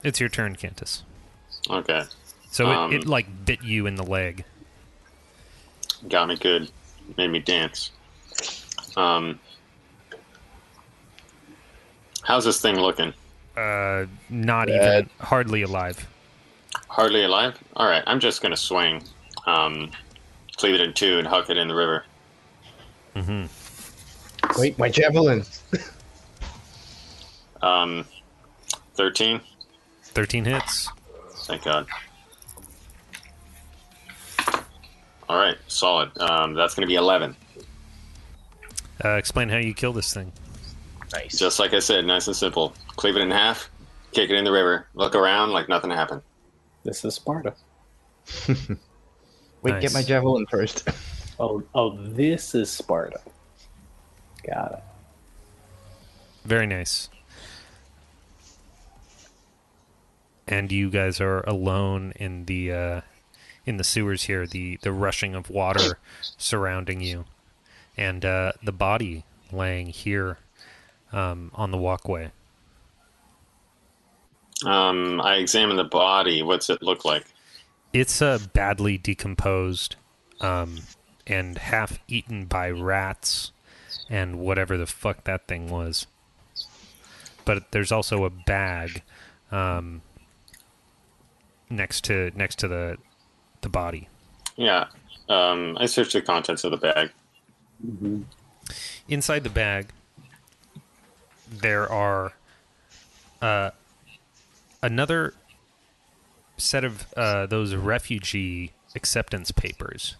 [SPEAKER 1] It's your turn, Cantus.
[SPEAKER 4] Okay.
[SPEAKER 1] So it,
[SPEAKER 4] Um,
[SPEAKER 1] it like bit you in the leg.
[SPEAKER 4] Got me good. Made me dance. Um, how's this thing looking?
[SPEAKER 1] Uh, not
[SPEAKER 5] Bad.
[SPEAKER 1] even hardly alive.
[SPEAKER 4] Hardly alive? All right. I'm just going to swing. Um, cleave it in two and huck it in the river.
[SPEAKER 1] Mm-hmm.
[SPEAKER 5] wait, my javelin.
[SPEAKER 4] Um, 13.
[SPEAKER 1] Thirteen hits.
[SPEAKER 4] Thank God. All right. Solid. Um, that's going to be 11.
[SPEAKER 1] Uh, explain how you kill this thing.
[SPEAKER 5] Nice.
[SPEAKER 4] Just like I said, nice and simple. Cleave it in half, kick it in the river, look around like nothing happened.
[SPEAKER 3] This is Sparta.
[SPEAKER 5] Wait,
[SPEAKER 1] Nice.
[SPEAKER 5] get my javelin first.
[SPEAKER 3] Oh, oh, this is Sparta. Got it.
[SPEAKER 1] Very nice. And you guys are alone in the uh, in the sewers here. The the rushing of water surrounding you, and uh, the body laying here um, on the walkway.
[SPEAKER 4] Um, I examine the body. What's it look like?
[SPEAKER 1] It's uh, badly decomposed um, and half eaten by rats and whatever the fuck that thing was. But there's also a bag um, next to next to the the body.
[SPEAKER 4] Yeah. Um, I searched the contents of the bag.
[SPEAKER 1] Inside the bag, there are uh, another set of uh, those refugee acceptance papers.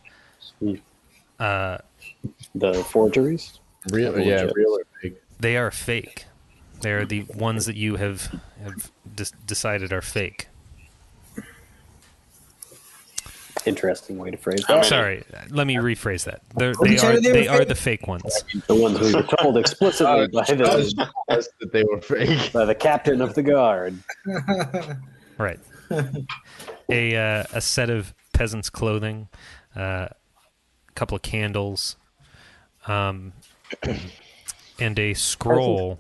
[SPEAKER 3] The forgeries?
[SPEAKER 5] Real, yeah,
[SPEAKER 3] Legit.
[SPEAKER 5] real or fake.
[SPEAKER 1] They are fake. They are the ones that you have, have de- decided are fake.
[SPEAKER 3] Interesting way to phrase
[SPEAKER 4] How
[SPEAKER 3] that.
[SPEAKER 4] many?
[SPEAKER 1] Sorry, let me rephrase that. They're,
[SPEAKER 2] Who
[SPEAKER 1] they are
[SPEAKER 2] decided they were
[SPEAKER 1] they are
[SPEAKER 2] fake?
[SPEAKER 1] the fake ones.
[SPEAKER 3] The ones we were told explicitly by
[SPEAKER 5] I
[SPEAKER 3] the,
[SPEAKER 5] was impressed that they were fake.
[SPEAKER 3] by the captain of the guard.
[SPEAKER 1] Right. A uh, a set of peasants' clothing, uh, a couple of candles, um, and a scroll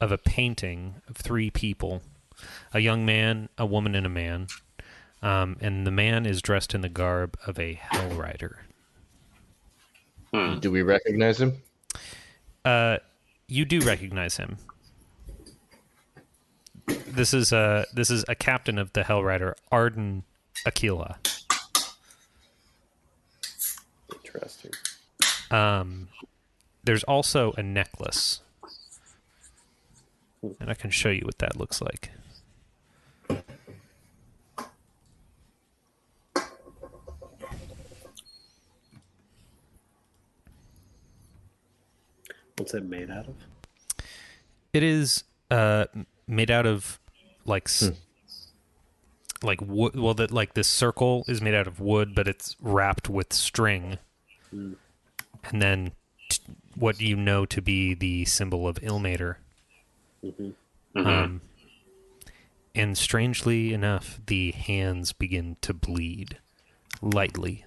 [SPEAKER 1] of a painting of three people a young man, a woman, and a man. Um, and the man is dressed in the garb of a hell rider.
[SPEAKER 4] Hmm.
[SPEAKER 5] Do we recognize him?
[SPEAKER 1] Uh, you do recognize him. This is a this is a captain of the Hell Rider, Arden Aquila.
[SPEAKER 3] Interesting.
[SPEAKER 1] Um, there's also a necklace, and I can show you what that looks like.
[SPEAKER 3] What's it made out of?
[SPEAKER 1] It is uh, m- made out of like s like wood. Well, that like this circle is made out of wood, but it's wrapped with string, and then t- what you know to be the symbol of Ilmater. Um, and strangely enough, the hands begin to bleed lightly.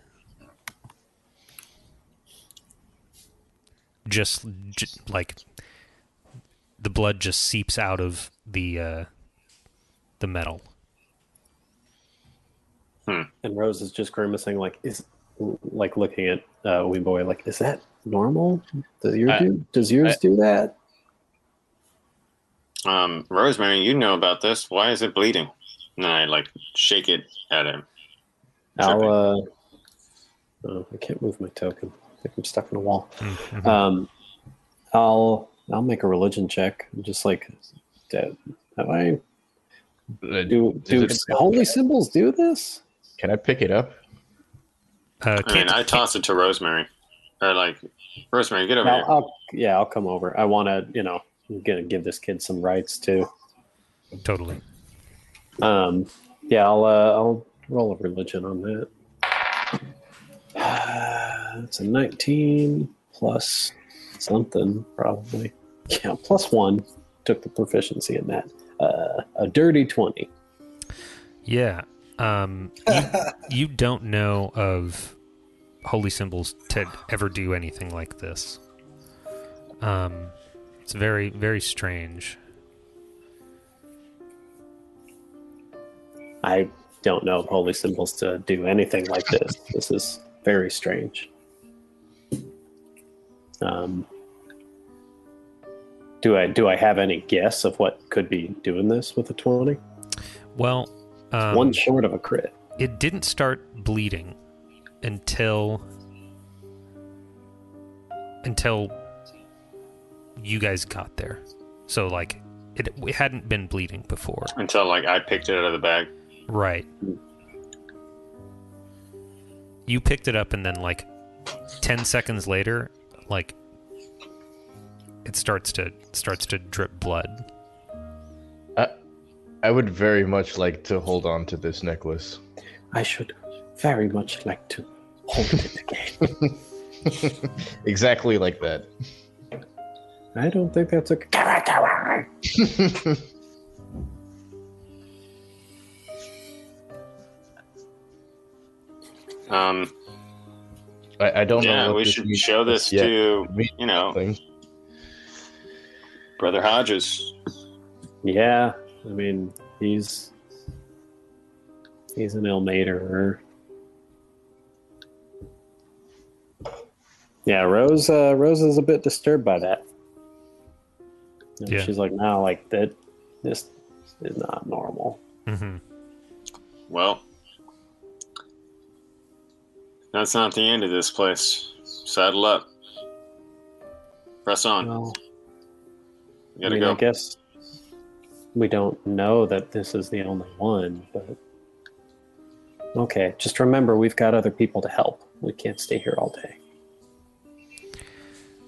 [SPEAKER 1] Just j- like the blood just seeps out of the uh, the metal.
[SPEAKER 3] And Rose is just grimacing, like is like looking at uh, Wee Boy, like is that normal? Does yours
[SPEAKER 4] I-
[SPEAKER 3] do? Does yours
[SPEAKER 4] I-
[SPEAKER 3] do that?
[SPEAKER 4] Um, Rosemary, you know about this. Why is it bleeding? And I like shake it at him.
[SPEAKER 3] I'll. Uh, oh, I can't move my token. I think I'm stuck in a wall.
[SPEAKER 1] Mhm.
[SPEAKER 3] Um, I'll I'll make a religion check. Just like, did, have I
[SPEAKER 5] Uh,
[SPEAKER 3] do do
[SPEAKER 5] Does it-
[SPEAKER 3] holy symbols do this?
[SPEAKER 5] Can I pick it up?
[SPEAKER 1] Uh,
[SPEAKER 4] I mean,
[SPEAKER 1] Kent-
[SPEAKER 4] I toss it to Rosemary, or like, Rosemary, get over
[SPEAKER 3] I'll,
[SPEAKER 4] here.
[SPEAKER 3] I'll, yeah, I'll come over. I want to, you know, I'm gonna give this kid some rights too.
[SPEAKER 1] totally.
[SPEAKER 3] Um, yeah, I'll uh, I'll roll a religion on that. It's a nineteen plus something probably. Yeah, plus one. Took the proficiency in that. Uh, a dirty twenty.
[SPEAKER 1] Yeah. Um, you, you don't know of holy symbols to ever do anything like this. Um, it's very, very strange.
[SPEAKER 3] I don't know if holy symbols to do anything like this. This is very strange. Um, do I do I have any guess of what could be doing this with a twenty?
[SPEAKER 1] Well, um,
[SPEAKER 3] One short of a crit.
[SPEAKER 1] it didn't start bleeding until until you guys got there. So like it, it hadn't been bleeding before.
[SPEAKER 4] Until like I picked it out of the bag.
[SPEAKER 1] Right. You picked it up, and then like ten seconds later, like it starts to starts to drip blood.
[SPEAKER 5] I would very much like to hold on to this necklace.
[SPEAKER 3] I should very much like to hold it again.
[SPEAKER 5] Exactly like that.
[SPEAKER 3] I don't think that's a.
[SPEAKER 4] Um,
[SPEAKER 5] I, I don't know.
[SPEAKER 4] yeah,
[SPEAKER 5] what
[SPEAKER 4] we
[SPEAKER 5] this
[SPEAKER 4] should
[SPEAKER 5] means
[SPEAKER 4] show this
[SPEAKER 5] yet.
[SPEAKER 4] to
[SPEAKER 5] It means
[SPEAKER 4] you know
[SPEAKER 5] something.
[SPEAKER 4] Brother Hodges.
[SPEAKER 3] Yeah, I mean he's he's an Ilmaterer. Yeah, Rose. Uh, Rose is a bit disturbed by that. And
[SPEAKER 1] Yeah.
[SPEAKER 3] She's like, no, like that. This is not normal.
[SPEAKER 1] Mm-hmm.
[SPEAKER 4] Well, that's not the end of this place. Saddle up. Press on.
[SPEAKER 5] Uh,
[SPEAKER 3] Well,
[SPEAKER 4] You
[SPEAKER 3] I
[SPEAKER 4] gotta
[SPEAKER 3] mean,
[SPEAKER 4] go.
[SPEAKER 3] I guess we don't know that this is the only one, but okay. Just remember, we've got other people to help. We can't stay here all day.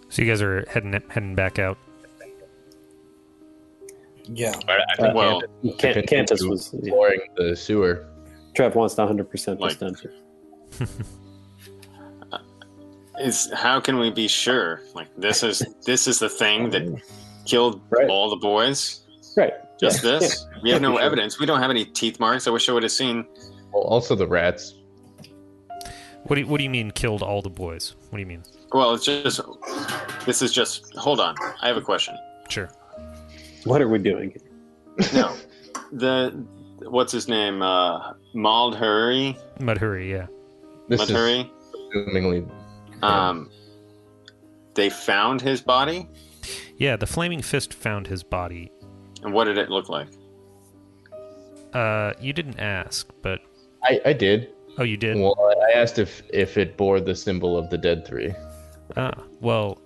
[SPEAKER 1] So you guys are heading heading back out.
[SPEAKER 2] Yeah.
[SPEAKER 5] I think
[SPEAKER 4] well,
[SPEAKER 5] Cantus-
[SPEAKER 3] Uh, Can- Cantus
[SPEAKER 5] Cantus
[SPEAKER 3] was. yeah.
[SPEAKER 5] exploring the sewer.
[SPEAKER 3] Trev wants the 100%
[SPEAKER 4] Like-
[SPEAKER 3] this dungeon.
[SPEAKER 4] is how can we be sure? Like this is this is the thing that killed
[SPEAKER 3] Right.
[SPEAKER 4] all the boys.
[SPEAKER 3] Right.
[SPEAKER 4] Just
[SPEAKER 3] Yeah.
[SPEAKER 4] this. We have no
[SPEAKER 3] Sure.
[SPEAKER 4] evidence. We don't have any teeth marks. I wish I would have seen.
[SPEAKER 5] Well, also the rats.
[SPEAKER 1] What do you, what do you mean killed all the boys? What do you mean?
[SPEAKER 4] Well, it's just this is just. Hold on. I have a question.
[SPEAKER 1] Sure.
[SPEAKER 3] What are we doing?
[SPEAKER 4] No, the what's his name? Uh, Maldhuri.
[SPEAKER 1] Madhuri, yeah.
[SPEAKER 5] This is
[SPEAKER 4] Madhuri.
[SPEAKER 5] presumably
[SPEAKER 4] Um, they found his body,
[SPEAKER 1] Yeah, the flaming fist found his body.
[SPEAKER 4] and what did it look like?
[SPEAKER 1] Uh, you didn't ask, but
[SPEAKER 5] I, I did.
[SPEAKER 1] oh, you did.
[SPEAKER 5] Well, I asked if if it bore the symbol of the dead three.
[SPEAKER 1] Ah, well,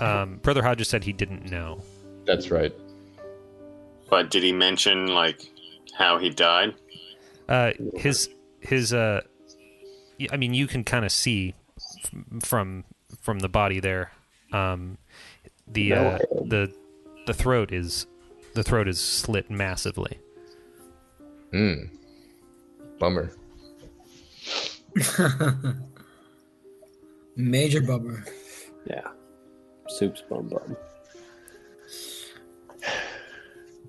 [SPEAKER 1] um, Brother Hodges said he didn't know.
[SPEAKER 5] That's right.
[SPEAKER 4] But did he mention like how he died?
[SPEAKER 1] Uh, his his uh, y- I mean, you can kind of see f- from from the body there. Um, the uh, the the throat is the throat is slit massively.
[SPEAKER 5] Hmm. Bummer.
[SPEAKER 2] Major bummer.
[SPEAKER 3] Yeah. Soup's bum bum.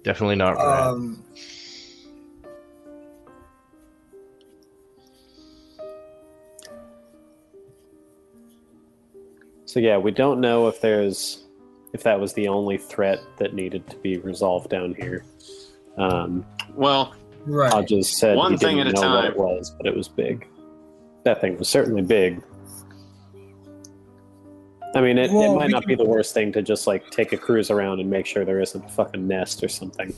[SPEAKER 5] Definitely not right.
[SPEAKER 2] Um,
[SPEAKER 3] So yeah, we don't know if there's if that was the only threat that needed to be resolved down here. Um,
[SPEAKER 4] Well,
[SPEAKER 2] right.
[SPEAKER 3] Hodges said
[SPEAKER 4] One
[SPEAKER 3] he
[SPEAKER 4] thing
[SPEAKER 3] didn't
[SPEAKER 4] at a
[SPEAKER 3] know what
[SPEAKER 4] time.
[SPEAKER 3] it was, but it was big. That thing was certainly big. I mean, it,
[SPEAKER 2] Well,
[SPEAKER 3] it might
[SPEAKER 2] we
[SPEAKER 3] not be the worst thing to just like take a cruise around and make sure there isn't a fucking nest or something.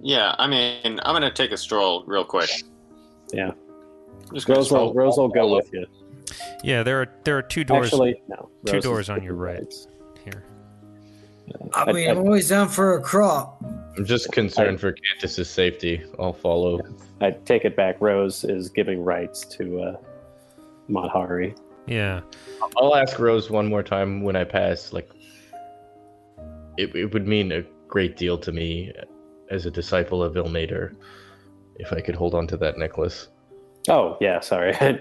[SPEAKER 4] yeah. I mean, I'm gonna take a stroll real quick.
[SPEAKER 3] Yeah.
[SPEAKER 4] I'm just gonna
[SPEAKER 3] Rose will,
[SPEAKER 4] stroll.
[SPEAKER 3] Rose will go with you.
[SPEAKER 1] Yeah, there are there are two doors
[SPEAKER 3] Actually, no.
[SPEAKER 1] two
[SPEAKER 3] Rose is
[SPEAKER 1] doors on
[SPEAKER 3] with
[SPEAKER 1] your
[SPEAKER 3] you
[SPEAKER 1] right.
[SPEAKER 3] guys.
[SPEAKER 1] here.
[SPEAKER 2] I
[SPEAKER 3] I-
[SPEAKER 2] mean,
[SPEAKER 3] I-
[SPEAKER 2] I'm always down for a crop.
[SPEAKER 5] I'm just concerned for Candace's safety. I'll follow.
[SPEAKER 3] I take it back. Rose is giving rights to uh, Madhari.
[SPEAKER 1] Yeah,
[SPEAKER 5] I'll ask Rose one more time when I pass. Like, it, it would mean a great deal to me as a disciple of Ilnator if I could hold on to that necklace.
[SPEAKER 3] Oh yeah, sorry.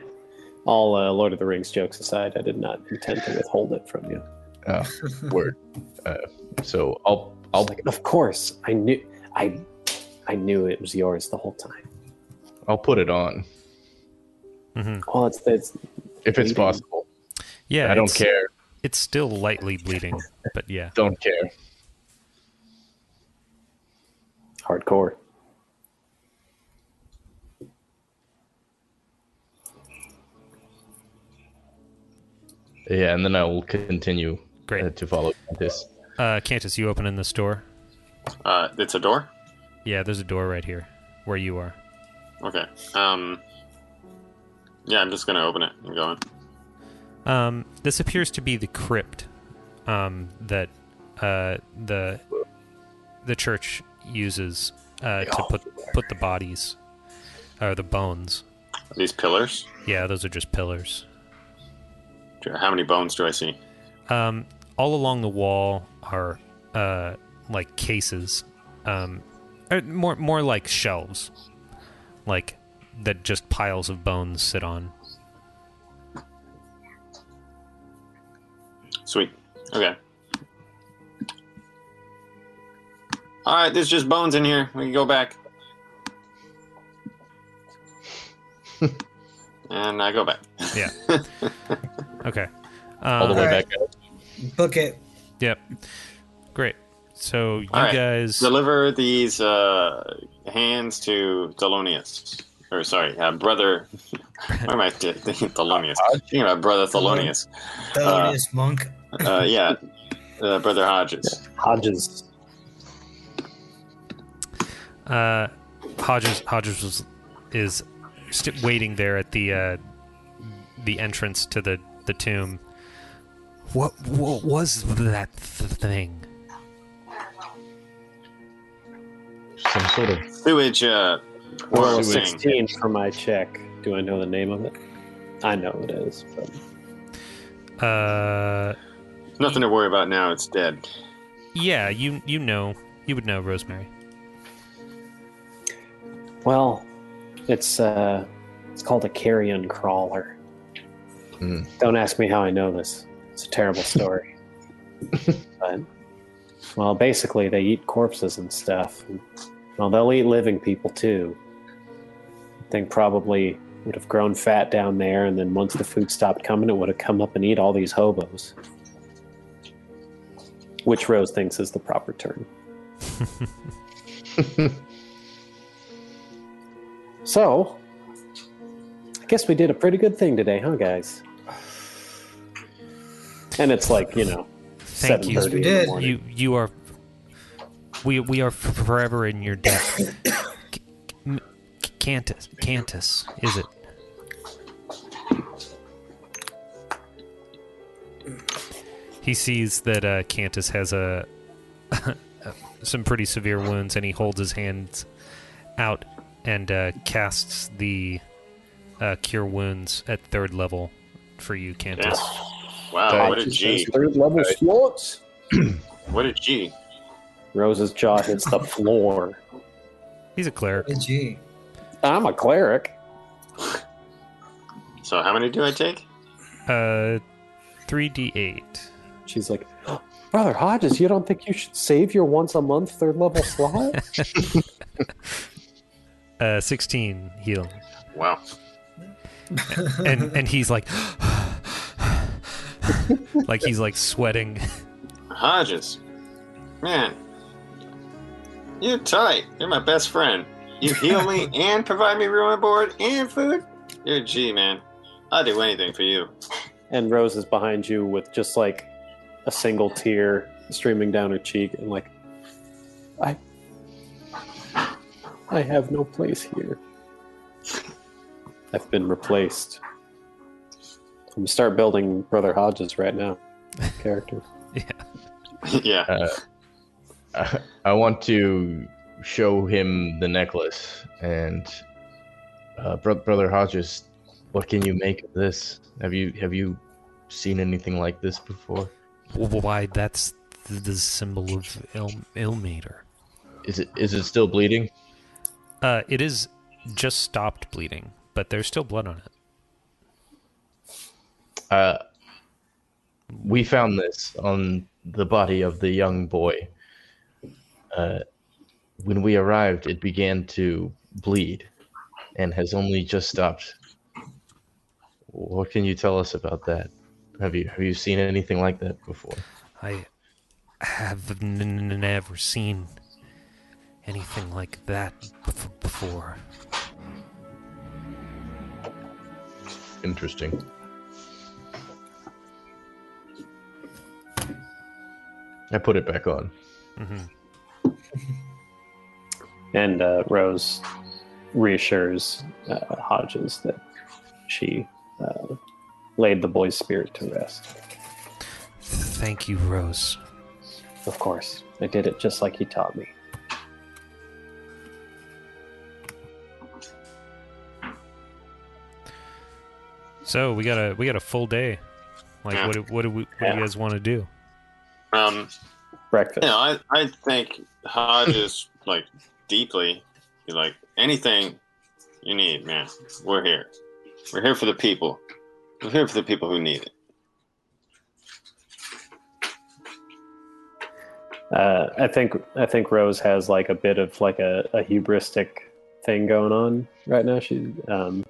[SPEAKER 3] All uh, Lord of the Rings jokes aside, I did not intend to withhold it from you.
[SPEAKER 5] Oh, word. Uh, so I'll
[SPEAKER 3] I
[SPEAKER 5] I'll
[SPEAKER 3] was like, Oh of course, I knew, I, I knew it was yours the whole time.
[SPEAKER 5] I'll put it on
[SPEAKER 1] hmm
[SPEAKER 3] Well, it's, it's
[SPEAKER 5] if it's
[SPEAKER 3] Bleeding.
[SPEAKER 5] possible.
[SPEAKER 1] yeah.
[SPEAKER 5] I don't
[SPEAKER 1] it's-
[SPEAKER 5] care.
[SPEAKER 1] It's still lightly bleeding, but yeah.
[SPEAKER 5] Don't care.
[SPEAKER 3] hardcore.
[SPEAKER 5] Yeah, and then I will continue
[SPEAKER 1] Great.
[SPEAKER 5] uh, to follow this.
[SPEAKER 1] Uh, Cantus, you opening this door?
[SPEAKER 4] Uh, it's a door.
[SPEAKER 1] Yeah, there's a door right here where you are.
[SPEAKER 4] Okay. Um. Yeah, I'm just gonna open it and go in.
[SPEAKER 1] Um, this appears to be the crypt um, that uh, the the church uses uh, to put put the bodies or the bones.
[SPEAKER 4] These pillars.
[SPEAKER 1] Yeah, those are just pillars.
[SPEAKER 4] How many bones do I see?
[SPEAKER 1] Um, all along the wall are uh, like cases, um, or more more like shelves, like that just piles of bones sit on.
[SPEAKER 4] Sweet. Okay. All right, there's just bones in here. We can go back. and I go back.
[SPEAKER 1] Yeah. okay. Um,
[SPEAKER 5] All the way
[SPEAKER 2] Alright.
[SPEAKER 5] back out.
[SPEAKER 2] Book it.
[SPEAKER 1] Yep. Great. So you
[SPEAKER 4] Alright.
[SPEAKER 1] guys.
[SPEAKER 4] Deliver these uh, hands to Thelonious. Or sorry, uh, brother. Why am I th- thinking Thelonious? Thinking about brother Thelonious.
[SPEAKER 2] Thelonious monk.
[SPEAKER 4] Uh, yeah, uh, brother Hodges.
[SPEAKER 3] Hodges,
[SPEAKER 1] uh, Hodges Hodges was, is st- waiting there at the uh, the entrance to the the tomb. What what was that th- thing?
[SPEAKER 5] Some sort of
[SPEAKER 4] Sewage. Uh,
[SPEAKER 3] roll
[SPEAKER 4] oil
[SPEAKER 5] Sewage.
[SPEAKER 4] stain.
[SPEAKER 3] sixteen for my check. Do I know the name of it? I know it is. But
[SPEAKER 1] Uh,
[SPEAKER 4] Nothing to worry about now. It's dead.
[SPEAKER 1] yeah, you you know you would know Rosemary.
[SPEAKER 3] Well, it's uh, it's called a carrion crawler.
[SPEAKER 5] Hmm.
[SPEAKER 3] Don't ask me how I know this. It's a terrible story. but well, basically they eat corpses and stuff. And, well, they'll eat living people too. I think probably would have grown fat down there, and then once the food stopped coming, it would have come up and eat all these hobos. Which Rose thinks is the proper term. So, I guess we did a pretty good thing today, huh, guys? And it's like you know,
[SPEAKER 1] Thank you.
[SPEAKER 3] 7:30
[SPEAKER 2] We
[SPEAKER 3] in the
[SPEAKER 2] did.
[SPEAKER 3] morning.
[SPEAKER 1] You you are. We we are forever in your debt. C- m- c- Cantus, Cantus, is it? He sees that uh, Cantus has a some pretty severe wounds, and he holds his hands out and uh, casts the uh, cure wounds at third level for you,
[SPEAKER 4] Yeah.
[SPEAKER 1] Cantus.
[SPEAKER 4] Wow,
[SPEAKER 5] Thank
[SPEAKER 4] what a
[SPEAKER 3] Says
[SPEAKER 4] G.
[SPEAKER 3] Third level slots.
[SPEAKER 4] What a G.
[SPEAKER 3] Rose's jaw hits the floor.
[SPEAKER 1] He's a cleric.
[SPEAKER 2] Gee.
[SPEAKER 3] I'm a cleric.
[SPEAKER 4] So how many do I take?
[SPEAKER 1] Uh, three d eight.
[SPEAKER 3] She's like, Brother Hodges, you don't think you should save your once a month third level slot?
[SPEAKER 1] Uh, sixteen healing.
[SPEAKER 4] Wow.
[SPEAKER 1] And and he's like, like he's like sweating.
[SPEAKER 4] Hodges. Man. You're tight. You're my best friend. You heal me and provide me room and board and food. You're a G, man. I'll do anything for you.
[SPEAKER 3] and Rose is behind you with just like a single tear streaming down her cheek and like I I have no place here. I've been replaced. I'm gonna start building Brother Hodges right now. Character.
[SPEAKER 4] yeah.
[SPEAKER 5] I, I want to show him the necklace and uh, bro- brother Hodges. What can you make of this? Have you have you seen anything like this before?
[SPEAKER 1] Why? That's th- the symbol of Il- Ilmater.
[SPEAKER 5] Is it is it still bleeding?
[SPEAKER 1] Uh, it is just stopped bleeding, but there's still blood on it.
[SPEAKER 5] Uh, we found this on the body of the young boy. Uh, when we arrived, it began to bleed and has only just stopped. What can you tell us about that? Have you have you seen anything like that before?
[SPEAKER 1] I have n- n- never seen anything like that bef- before.
[SPEAKER 5] Interesting. I put it back on.
[SPEAKER 1] hmm
[SPEAKER 3] And uh, Rose reassures uh, Hodges that she uh, laid the boy's spirit to rest.
[SPEAKER 1] Thank you, Rose.
[SPEAKER 3] Of course, I did it just like he taught me.
[SPEAKER 1] So we got a we got a full day. Like
[SPEAKER 4] Yeah.
[SPEAKER 1] what do- what do we what do you guys want to do?
[SPEAKER 4] Um,
[SPEAKER 3] Breakfast.
[SPEAKER 4] Yeah, I, I thank Hodges like deeply. He's like, anything you need, man, we're here. We're here for the people. We're here for the people who need it.
[SPEAKER 3] Uh, I think I think Rose has like a bit of like a, a hubristic thing going on right now. She, um,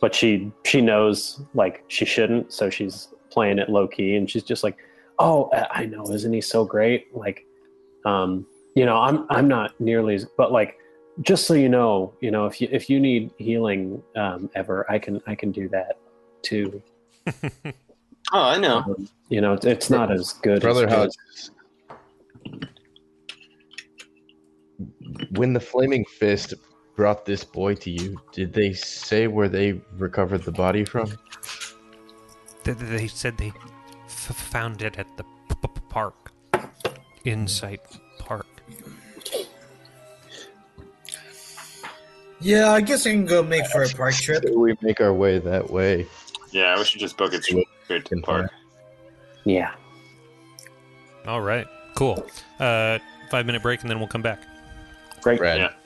[SPEAKER 3] but she she knows like she shouldn't, so she's playing it low key, and she's just like, "Oh, I- I know, isn't he so great?" Like, um, you know, I'm I'm not nearly, as, but like, just so you know, you know, if you if you need healing um, ever, I can I can do that too.
[SPEAKER 4] Oh, I know.
[SPEAKER 3] Um, you know, it's, it's not as good.
[SPEAKER 5] Brother
[SPEAKER 3] as just-
[SPEAKER 5] Hodges. When the Flaming Fist brought this boy to you, did they say where they recovered the body from?
[SPEAKER 1] They, they said they f- found it at the p- p- park, Insight Park.
[SPEAKER 2] Yeah, I guess I can go make for a park trip.
[SPEAKER 5] Should we make our way that way?
[SPEAKER 4] Yeah, we should just book it straight to the park.
[SPEAKER 3] Yeah.
[SPEAKER 1] All right, cool. Uh, five minute break and then we'll come back.
[SPEAKER 3] Great.
[SPEAKER 5] Brad,
[SPEAKER 4] Yeah.
[SPEAKER 5] Mm-hmm.